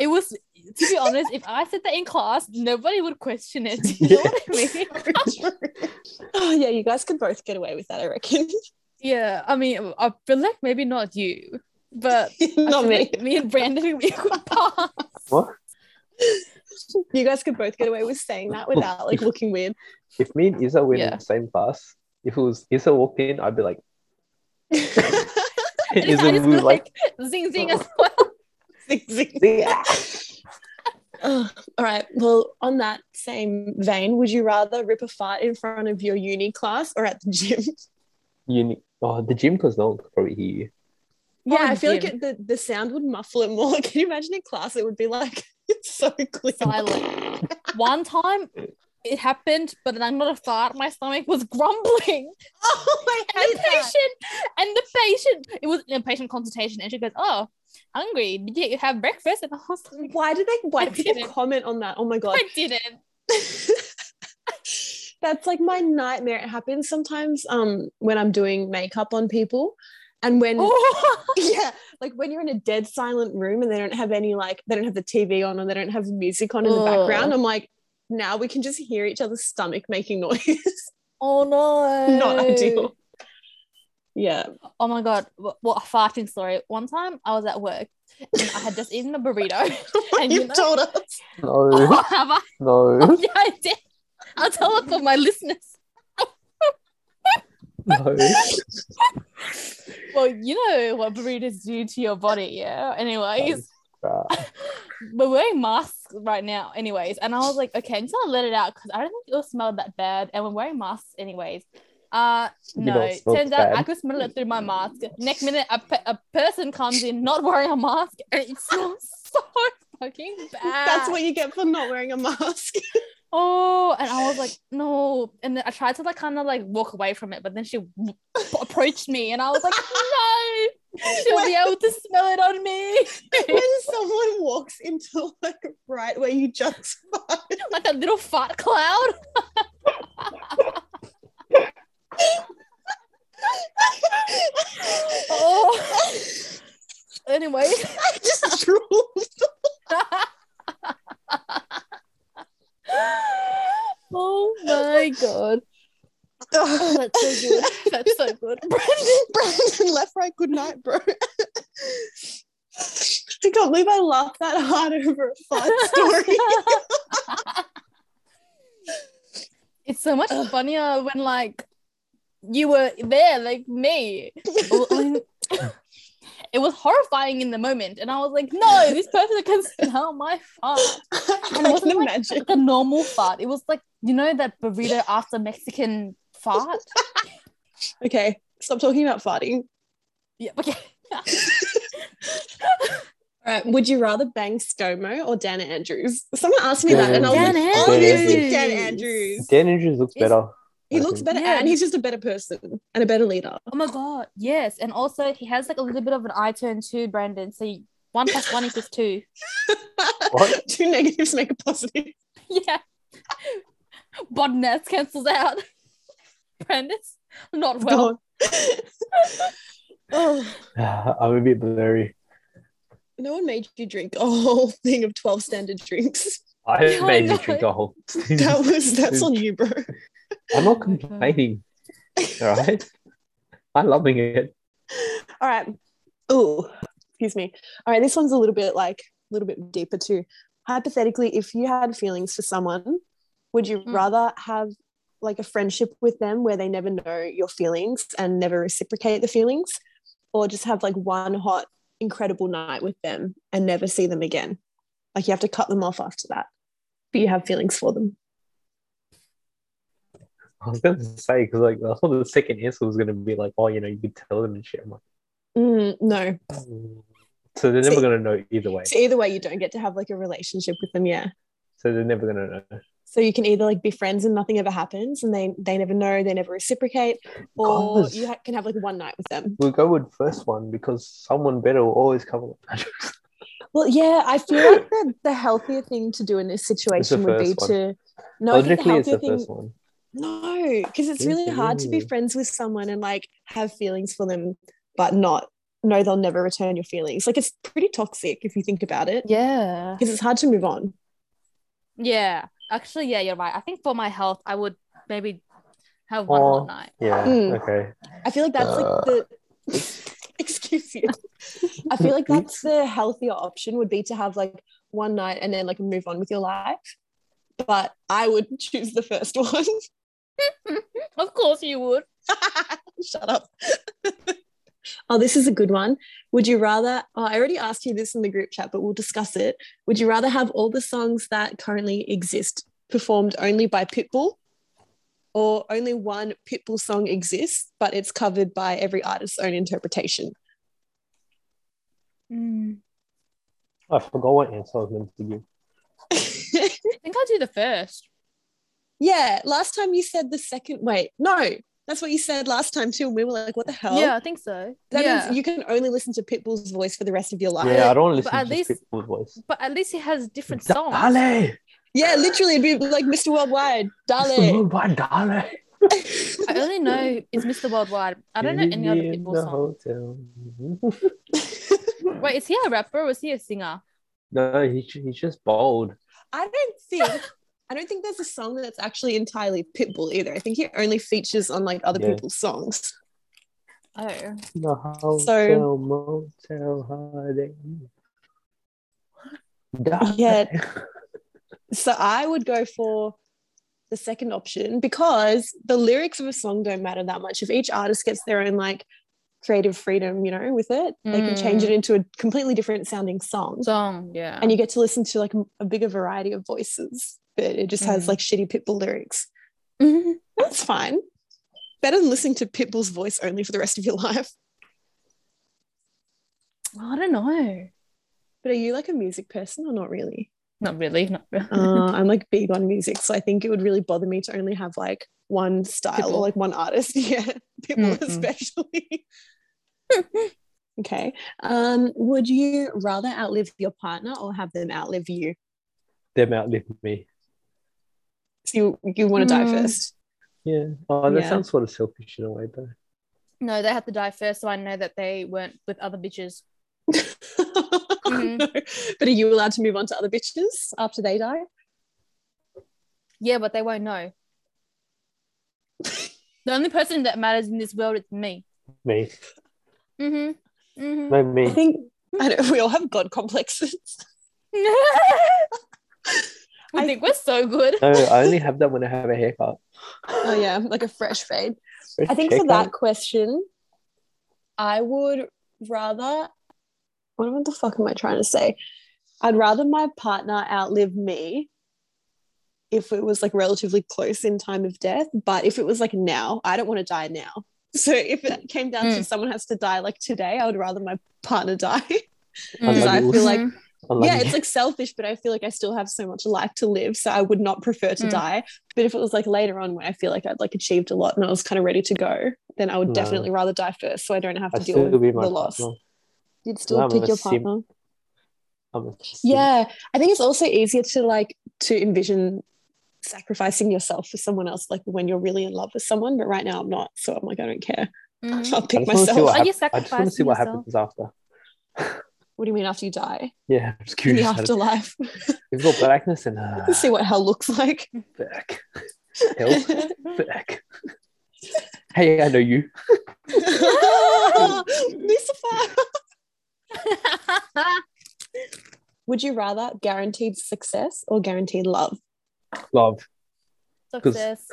Speaker 3: It was to be honest, if I said that in class, nobody would question
Speaker 2: [laughs]
Speaker 3: it. You know
Speaker 4: Yeah.
Speaker 3: what I mean?
Speaker 2: [laughs] oh yeah, you guys could both get away with that, I reckon. [laughs]
Speaker 3: Yeah, I mean, I feel like maybe not you, but I feel
Speaker 2: Not me.
Speaker 3: like me and Brandon
Speaker 2: [laughs]
Speaker 3: we could pass.
Speaker 4: what?
Speaker 2: You guys could both get away with saying that without like looking weird.
Speaker 4: If me and Isa were in
Speaker 3: Yeah.
Speaker 4: the same class, if it was Isa walked in, I'd be like,
Speaker 2: [laughs]
Speaker 4: [laughs]
Speaker 3: [laughs] And I
Speaker 4: Isa
Speaker 3: just
Speaker 4: would be
Speaker 3: be
Speaker 4: like,
Speaker 3: like, zing zing as well.
Speaker 2: Zing, zing.
Speaker 4: yeah.
Speaker 2: Ugh. all right. Well, on that same vein, would you rather rip a fart in front of your uni class or at the gym?
Speaker 4: You need- oh, the gym because no one could probably hear you.
Speaker 2: [laughs] Yeah,
Speaker 3: Probably
Speaker 2: I
Speaker 3: the
Speaker 2: feel like
Speaker 3: gym.
Speaker 2: it, the, the sound would muffle it more. [laughs] Can you imagine in class? It would be like [laughs] it's so clear.
Speaker 3: Silent. One time it happened, but then I'm not a fart. My stomach was grumbling.
Speaker 2: [laughs] [laughs] Oh, I
Speaker 3: and
Speaker 2: hate
Speaker 3: the
Speaker 2: that.
Speaker 3: patient and the patient it was in a patient consultation and she goes oh hungry did you have breakfast and i was like
Speaker 2: Why do they? Why
Speaker 3: I
Speaker 2: do people
Speaker 3: didn't.
Speaker 2: comment on that? Oh my god.
Speaker 3: i didn't
Speaker 2: That's like my nightmare. It happens sometimes um when I'm doing makeup on people
Speaker 3: [laughs]
Speaker 2: and when
Speaker 3: oh
Speaker 2: yeah, like when you're in a dead silent room and they don't have any like they don't have the TV on or they don't have music on in the
Speaker 3: Ugh.
Speaker 2: background. I'm like, now we can just hear each other's stomach making noise. [laughs]
Speaker 3: oh no
Speaker 2: Not ideal. Yeah.
Speaker 3: oh my god what, what a farting story one time i was at work and i had just eaten a burrito and you
Speaker 2: You've
Speaker 3: know
Speaker 2: told us.
Speaker 4: No,
Speaker 3: oh, [laughs] have i
Speaker 4: no,
Speaker 3: oh, yeah i did i'll tell it for my listeners
Speaker 4: [laughs] no.
Speaker 3: well you know what burritos do to your body yeah anyways
Speaker 4: Bruh.
Speaker 3: we're wearing masks right now, anyways. And I was like, okay, I'm just gonna let it out because I don't think it'll smell that bad. And we're wearing masks, anyways. Uh,
Speaker 4: You
Speaker 3: no,
Speaker 4: don't smell
Speaker 3: turns out I
Speaker 4: bad.
Speaker 3: could smell it through my mask. Next minute, a, pe- a person comes in not wearing a mask and it smells [laughs] so fucking bad.
Speaker 2: That's what you get for not wearing a mask. [laughs]
Speaker 3: Oh, and I was like, no. And then I tried to like kind of like walk away from it, but then she w- approached me and I
Speaker 2: [laughs]
Speaker 3: was like, no, she'll be able to smell it on me.
Speaker 2: when someone walks into like right where you just [laughs] farted.
Speaker 3: like that little fart cloud. oh. Anyway,
Speaker 2: [laughs] I just drooled.
Speaker 3: I Oh my god. Oh, that's so good. That's so good.
Speaker 2: Brandon, Brandon, left, right, good night, bro. [laughs] I can't believe I laughed that hard over a fart
Speaker 3: [laughs]
Speaker 2: story.
Speaker 3: It's so much funnier when like you were there, like me. Well, I mean, [coughs] it was horrifying in the moment, and I was like, "No, this person can smell my
Speaker 2: [laughs]
Speaker 3: fart." And it
Speaker 2: I can
Speaker 3: wasn't like,
Speaker 2: imagine.
Speaker 3: like a normal fart. It was like you know that burrito after Mexican
Speaker 2: [laughs]
Speaker 3: fart.
Speaker 2: Okay, stop talking about farting.
Speaker 3: Yeah. Okay.
Speaker 2: All right, would you rather bang ScoMo or Dan Andrews? Someone asked me that, and I was
Speaker 3: Dan
Speaker 2: like,
Speaker 3: Andrews.
Speaker 2: obviously Dan Andrews.
Speaker 4: Dan Andrews looks
Speaker 3: Yes.
Speaker 4: better.
Speaker 2: He
Speaker 4: I
Speaker 2: looks
Speaker 4: think.
Speaker 2: better,
Speaker 3: Yeah.
Speaker 2: and he's just a better person and a better leader. [laughs]
Speaker 3: Oh my god. Yes, and also he has like a little bit of an eye turn too, Brandon. So you- one plus one equals
Speaker 2: [laughs]
Speaker 3: two.
Speaker 4: What? [laughs]
Speaker 2: Two negatives make a positive.
Speaker 3: Yeah. Bodness cancels out. [laughs] Brandon's not well.
Speaker 2: [laughs] oh,
Speaker 4: I'm a bit blurry.
Speaker 2: no one made you drink a whole thing of twelve
Speaker 3: [laughs]
Speaker 2: standard drinks.
Speaker 4: I
Speaker 3: Yeah, I
Speaker 4: made you
Speaker 3: know.
Speaker 4: drink the whole thing.
Speaker 2: That was that's on you, bro.
Speaker 4: [laughs] I'm not complaining. All right. I'm loving it.
Speaker 2: All right. Oh, excuse me. All right, this one's a little bit like a little bit deeper too. Hypothetically, if you had feelings for someone, would you
Speaker 3: Mm.
Speaker 2: rather have like a friendship with them where they never know your feelings and never reciprocate the feelings, or just have like one hot, incredible night with them and never see them again? Like you have to cut them off after that, but you have feelings for them.
Speaker 4: I was gonna say because like I thought the second answer was gonna be like, oh, you know, you could tell them and shit. I'm like,
Speaker 2: Mm, no.
Speaker 4: mm. so they're never
Speaker 2: See-
Speaker 4: gonna know either way.
Speaker 2: So either way, you don't get to have like a relationship with them. Yeah.
Speaker 4: So they're never gonna know.
Speaker 2: So you can either like be friends and nothing ever happens, and they they never know, they never reciprocate, or
Speaker 4: Guys.
Speaker 2: you ha- can have like one night with them.
Speaker 4: We'll go with first one because someone better will always cover. [laughs] up.
Speaker 2: Well, yeah, I feel [laughs] like the, the healthier thing to do in this situation would be
Speaker 4: first
Speaker 2: to no, I think the
Speaker 4: Logically, it's
Speaker 2: healthier
Speaker 4: the
Speaker 2: thing
Speaker 4: first one.
Speaker 2: no, because it's really hard to be
Speaker 4: Mhm.
Speaker 2: friends with someone and like have feelings for them, but not no, they'll never return your feelings. Like it's pretty toxic if you think about it,
Speaker 3: Yeah.
Speaker 2: because it's hard to move on.
Speaker 3: Yeah. Actually, yeah, you're right. I think for my health, I would maybe have one
Speaker 4: Oh.
Speaker 3: hot night.
Speaker 4: Yeah.
Speaker 2: Mm.
Speaker 4: Okay.
Speaker 2: I feel like that's like the [laughs] excuse you. I feel like that's the healthier option would be to have like one night and then like move on with your life. But I would [laughs] choose the first one. [laughs]
Speaker 3: Of course you would.
Speaker 2: Shut up. [laughs] oh, this is a good one. Would you rather? Oh, I already asked you this in the group chat, but we'll discuss it. Would you rather have all the songs that currently exist performed only by Pitbull? Or only one Pitbull song exists, but it's covered by every artist's own interpretation.
Speaker 3: Mm.
Speaker 4: I forgot what answer I was meant to give.
Speaker 3: I think I'll do the first.
Speaker 2: yeah, last time you said the second. Wait, no, that's what you said last time too. And we were like, "What the hell?"
Speaker 3: Yeah, I think so.
Speaker 2: that
Speaker 3: yeah.
Speaker 2: means you can only listen to Pitbull's voice for the rest of your life.
Speaker 4: Yeah, I don't want to
Speaker 3: But
Speaker 4: listen
Speaker 3: at
Speaker 4: to
Speaker 3: least-
Speaker 4: just people's voice.
Speaker 3: but at least he has different songs.
Speaker 4: Dale!
Speaker 2: Yeah, literally, it'd be like Mr. Worldwide,
Speaker 4: [laughs]
Speaker 2: Dale.
Speaker 4: Worldwide Dale!
Speaker 3: I only know it's Mr. Worldwide. I don't know any other
Speaker 4: In
Speaker 3: Pitbull
Speaker 4: the
Speaker 3: song.
Speaker 4: hotel. [laughs]
Speaker 3: Wait, is he a rapper or is he a singer?
Speaker 4: no, he, he's just bold.
Speaker 2: I don't think. I don't think there's a song that's actually entirely Pitbull either. I think he only features on like other
Speaker 4: Yeah.
Speaker 2: people's songs.
Speaker 3: Oh.
Speaker 4: The hotel,
Speaker 2: So-
Speaker 4: motel, hiding.
Speaker 2: Yeah. So I would go for the second option because the lyrics of a song don't matter that much. If each artist gets their own like creative freedom, you know, with it, they can change
Speaker 3: Mm.
Speaker 2: it into a completely different sounding song.
Speaker 3: Song, yeah. [laughs]
Speaker 2: and you get to listen to like a bigger variety of voices, but it just has
Speaker 3: Mm.
Speaker 2: like shitty Pitbull lyrics.
Speaker 3: Mm-hmm.
Speaker 2: That's fine. Better than listening to Pitbull's voice only for the rest of your [laughs] life.
Speaker 3: I don't know.
Speaker 2: But are you like a music person or not really?
Speaker 3: Not really. Not really.
Speaker 2: Uh, I'm like big on music, so I think it would really bother me to only have like one style or
Speaker 3: Pitbull.
Speaker 2: like one artist. [laughs] Yeah, Pitbull
Speaker 3: Mm-mm.
Speaker 2: especially. okay. Um, would you rather outlive your partner or have them outlive you?
Speaker 4: [laughs] Them outlive me.
Speaker 2: So you you want to die
Speaker 3: Mm.
Speaker 2: first? [laughs]
Speaker 4: Yeah. Oh, that
Speaker 2: Yeah.
Speaker 4: sounds sort of selfish in a way, though.
Speaker 3: no, they have to die first, so I know that they weren't with other bitches. Mhm.
Speaker 2: No. But are you allowed to move on to other bitches after they die?
Speaker 3: Yeah, but they won't know. The only person that matters in this world is me.
Speaker 4: Me.
Speaker 3: Mm-hmm. [laughs] Mm-hmm.
Speaker 4: No,
Speaker 2: I [laughs]
Speaker 4: me.
Speaker 2: think I don't, we all have god complexes.
Speaker 3: I
Speaker 2: I-
Speaker 3: think we're so good.
Speaker 4: No, I only have that when I have a haircut.
Speaker 2: Oh yeah, [laughs] like a fresh fade. I think for that
Speaker 4: Haircut?
Speaker 2: question, I would rather. What the fuck am I trying to say? I'd rather my partner outlive me if it was like relatively close in time of death. But if it was like now, I don't want to die now. So if it came down to someone has to die like today, I would rather my partner die. [laughs]
Speaker 3: Mm-hmm.
Speaker 4: Because
Speaker 2: I feel like-
Speaker 4: I love
Speaker 2: yeah,
Speaker 4: you.
Speaker 2: it's like selfish, but I feel like I still have so much life to live. So I would not prefer to
Speaker 3: Mm.
Speaker 2: die. But if it was like later on when I feel like I'd like achieved a lot and I was kind of ready to go, then I would
Speaker 4: No.
Speaker 2: definitely rather die first so I don't have to
Speaker 4: I'd
Speaker 2: deal
Speaker 4: still
Speaker 2: with
Speaker 4: be
Speaker 2: the
Speaker 4: my
Speaker 2: loss.
Speaker 4: partner.
Speaker 2: You'd still
Speaker 4: I'm
Speaker 2: pick
Speaker 4: a
Speaker 2: your
Speaker 4: sim-
Speaker 2: partner.
Speaker 4: I'm a sim.
Speaker 2: Yeah. I think it's also easier to like to envision sacrificing yourself for someone else, like when you're really in love with someone. But right now I'm not. So I'm like, I don't care.
Speaker 3: [laughs] Mhm.
Speaker 2: I'll pick
Speaker 4: just wanna see
Speaker 2: myself.
Speaker 4: what
Speaker 2: What,
Speaker 3: Are you
Speaker 4: I just want to see
Speaker 3: sacrificing
Speaker 4: what
Speaker 3: yourself?
Speaker 4: happens after.
Speaker 2: do you mean after you die?
Speaker 4: Yeah, I'm just
Speaker 2: In the
Speaker 4: curious. how to-
Speaker 2: afterlife. [laughs]
Speaker 4: We've got blackness and uh,
Speaker 2: see what hell looks like.
Speaker 4: back. Hell,
Speaker 2: [laughs]
Speaker 4: back. Hey, I know you.
Speaker 3: [laughs]
Speaker 2: Lucifer. Would you rather guaranteed success or guaranteed love?
Speaker 4: Love.
Speaker 3: Success.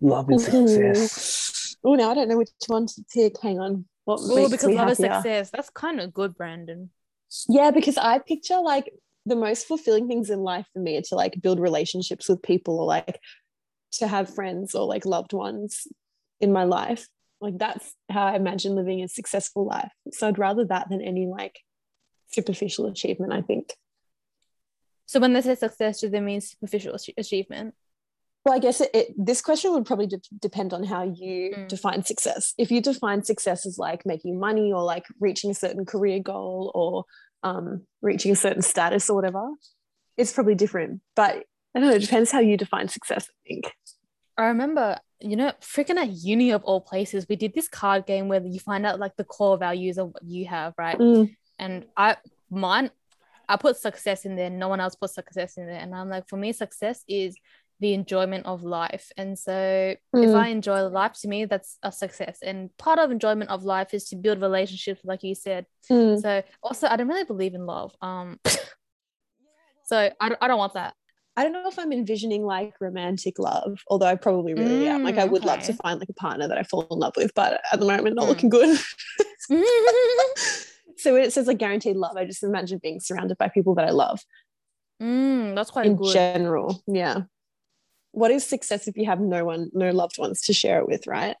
Speaker 4: Love and success.
Speaker 2: Oh, now I don't know which one to pick. Hang on. What
Speaker 3: Oh,
Speaker 2: makes
Speaker 3: because
Speaker 2: me
Speaker 3: love is
Speaker 2: happier?
Speaker 3: success. That's kind of good, Brandon.
Speaker 2: Yeah, because I picture like the most fulfilling things in life for me are to like build relationships with people or like to have friends or like loved ones in my life. Like that's how I imagine living a successful life. So I'd rather that than any like superficial achievement, I think.
Speaker 3: So when they say success, do they mean superficial ach- achievement?
Speaker 2: Well, I guess it, it, this question would probably de- depend on how you
Speaker 3: Mm.
Speaker 2: define success. If you define success as like making money or like reaching a certain career goal or um, reaching a certain status or whatever, it's probably different. But I don't know, it depends how you define success, I think.
Speaker 3: I remember, you know, freaking at uni of all places, we did this card game where you find out like the core values of what you have, right? And I mine, I put success in there. No one else put success in there, and I'm like, for me, success is the enjoyment of life. And so, if
Speaker 2: Hmm.
Speaker 3: I enjoy life, to me, that's a success. And part of enjoyment of life is to build relationships, like you said.
Speaker 2: Mm.
Speaker 3: So also, I don't really believe in love. Um, [laughs] so I don't, I don't want that. [laughs]
Speaker 2: I don't know if I'm envisioning like romantic love, although I probably really am. Like I
Speaker 3: Mm,
Speaker 2: would love to
Speaker 3: okay.
Speaker 2: find like a partner that I fall in love with, but at the moment, not
Speaker 3: Mm.
Speaker 2: looking good. [laughs]
Speaker 3: Hmm,
Speaker 2: so when it says like guaranteed love, I just imagine being surrounded by people that I love.
Speaker 3: mm, that's quite
Speaker 2: in
Speaker 3: good.
Speaker 2: general. Yeah. What is success if you have no one, no loved ones to share it with, right?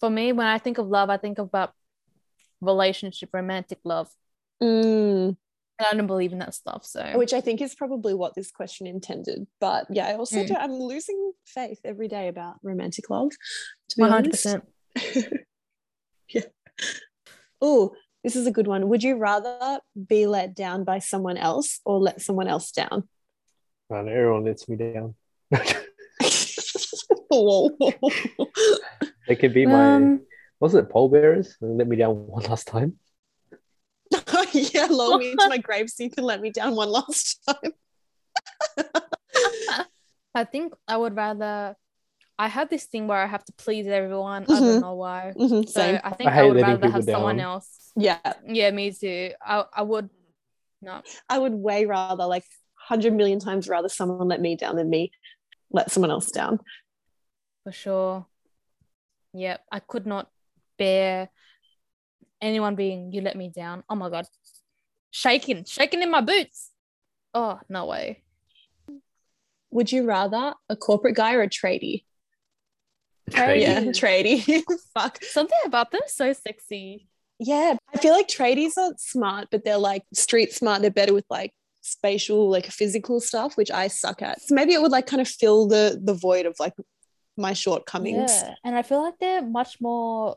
Speaker 3: For me, when I think of love, I think about relationship, romantic love.
Speaker 2: Mm,
Speaker 3: And I don't believe in that stuff. So
Speaker 2: which I think is probably what this question intended. But yeah, I also
Speaker 3: Mm.
Speaker 2: don't, I'm losing faith every day about romantic love. To be
Speaker 3: one hundred
Speaker 2: honest.
Speaker 3: percent.
Speaker 2: yeah. Oh, this is a good one. Would you rather be let down by someone else or let someone else down? [laughs]
Speaker 4: Man, everyone lets me down. [laughs]
Speaker 2: Whoa.
Speaker 4: They could be my.
Speaker 3: Um,
Speaker 4: was it pallbearers? They let me down [laughs] one last time.
Speaker 2: yeah, lower me into my grave so you can let me down one last time.
Speaker 3: I think I would rather. I have this thing where I have to please everyone. I don't
Speaker 2: Mhm.
Speaker 3: know why.
Speaker 2: Mhm,
Speaker 3: So
Speaker 2: Same.
Speaker 3: I think
Speaker 4: I
Speaker 3: I,
Speaker 4: hate
Speaker 3: would
Speaker 4: letting
Speaker 3: rather have
Speaker 4: people
Speaker 3: someone
Speaker 4: down.
Speaker 3: else.
Speaker 2: Yeah,
Speaker 3: Yeah, me too. I I would. No.
Speaker 2: I would way rather, like, 100 million times rather someone let me down than me let someone else down.
Speaker 3: For sure. Yep. I could not bear anyone being, you let me down. Oh my God. Shaking, shaking in my boots. Oh, no way.
Speaker 2: Would you rather a corporate guy or a tradie?
Speaker 3: Tradie.
Speaker 2: Yeah,
Speaker 3: Tradie.
Speaker 2: tradie. [laughs] Fuck.
Speaker 3: Something about them is so sexy.
Speaker 2: Yeah, I feel like tradies are smart, but they're like street smart. They're better with like spatial, like physical stuff, which I suck at. So maybe it would like kind of fill the the void of like my shortcomings.
Speaker 3: Yeah. And I feel like they're much more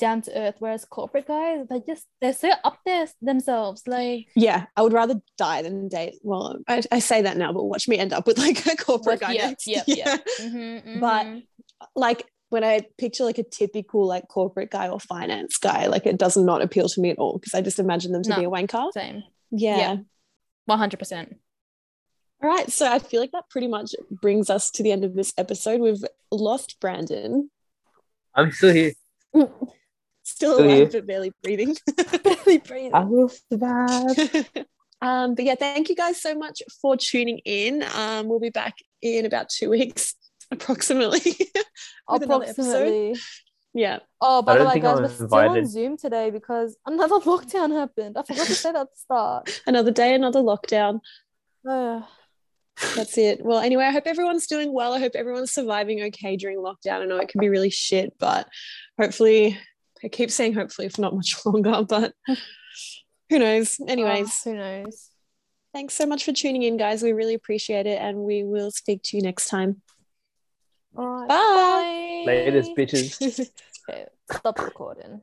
Speaker 3: down to earth, whereas corporate guys, they just, they're so up there themselves. Like,
Speaker 2: Yeah, I would rather die than date. Well, I, I say that now, but watch me end up with like a corporate
Speaker 3: With-
Speaker 2: guy
Speaker 3: yeah,
Speaker 2: next.
Speaker 3: yeah, yeah. mhm,
Speaker 2: But-
Speaker 3: mhm.
Speaker 2: like when I picture like a typical like corporate guy or finance guy, like it does not appeal to me at all because I just imagine them to
Speaker 3: No.
Speaker 2: be a wanker.
Speaker 3: same.
Speaker 2: Yeah.
Speaker 3: Yeah. 100%.
Speaker 2: All right. So I feel like that pretty much brings us to the end of this episode. We've lost Brandon.
Speaker 4: I'm still here.
Speaker 2: Still
Speaker 4: Still here.
Speaker 2: alive, but barely breathing. [laughs]
Speaker 3: [laughs]
Speaker 2: barely breathing.
Speaker 4: I will survive.
Speaker 2: [laughs] um, but yeah, thank you guys so much for tuning in. Um, we'll be back in about two weeks, [laughs] approximately. [laughs] with another
Speaker 3: Oh,
Speaker 2: episode.
Speaker 3: Approximately.
Speaker 2: yeah.
Speaker 3: Oh, by
Speaker 4: I
Speaker 3: the
Speaker 4: don't
Speaker 3: way,
Speaker 4: think
Speaker 3: guys,
Speaker 4: I'm
Speaker 3: we're still on
Speaker 4: invited.
Speaker 3: Zoom today because another [laughs] lockdown happened. I forgot to say that at the
Speaker 4: [laughs]
Speaker 3: start.
Speaker 2: Another day, another lockdown.
Speaker 3: Oh,
Speaker 2: That's it. Well, anyway, I hope everyone's doing well. I hope everyone's surviving okay during lockdown. I know it can be really shit, but hopefully, I keep saying hopefully for not much [laughs] longer, but who knows? Anyways,
Speaker 3: Ah, who knows?
Speaker 2: thanks so much for tuning in, guys. We really appreciate it, and we will speak to you next time. [laughs]
Speaker 3: All right.
Speaker 2: Bye.
Speaker 3: Bye.
Speaker 4: Latest bitches.
Speaker 3: Okay, Stop recording.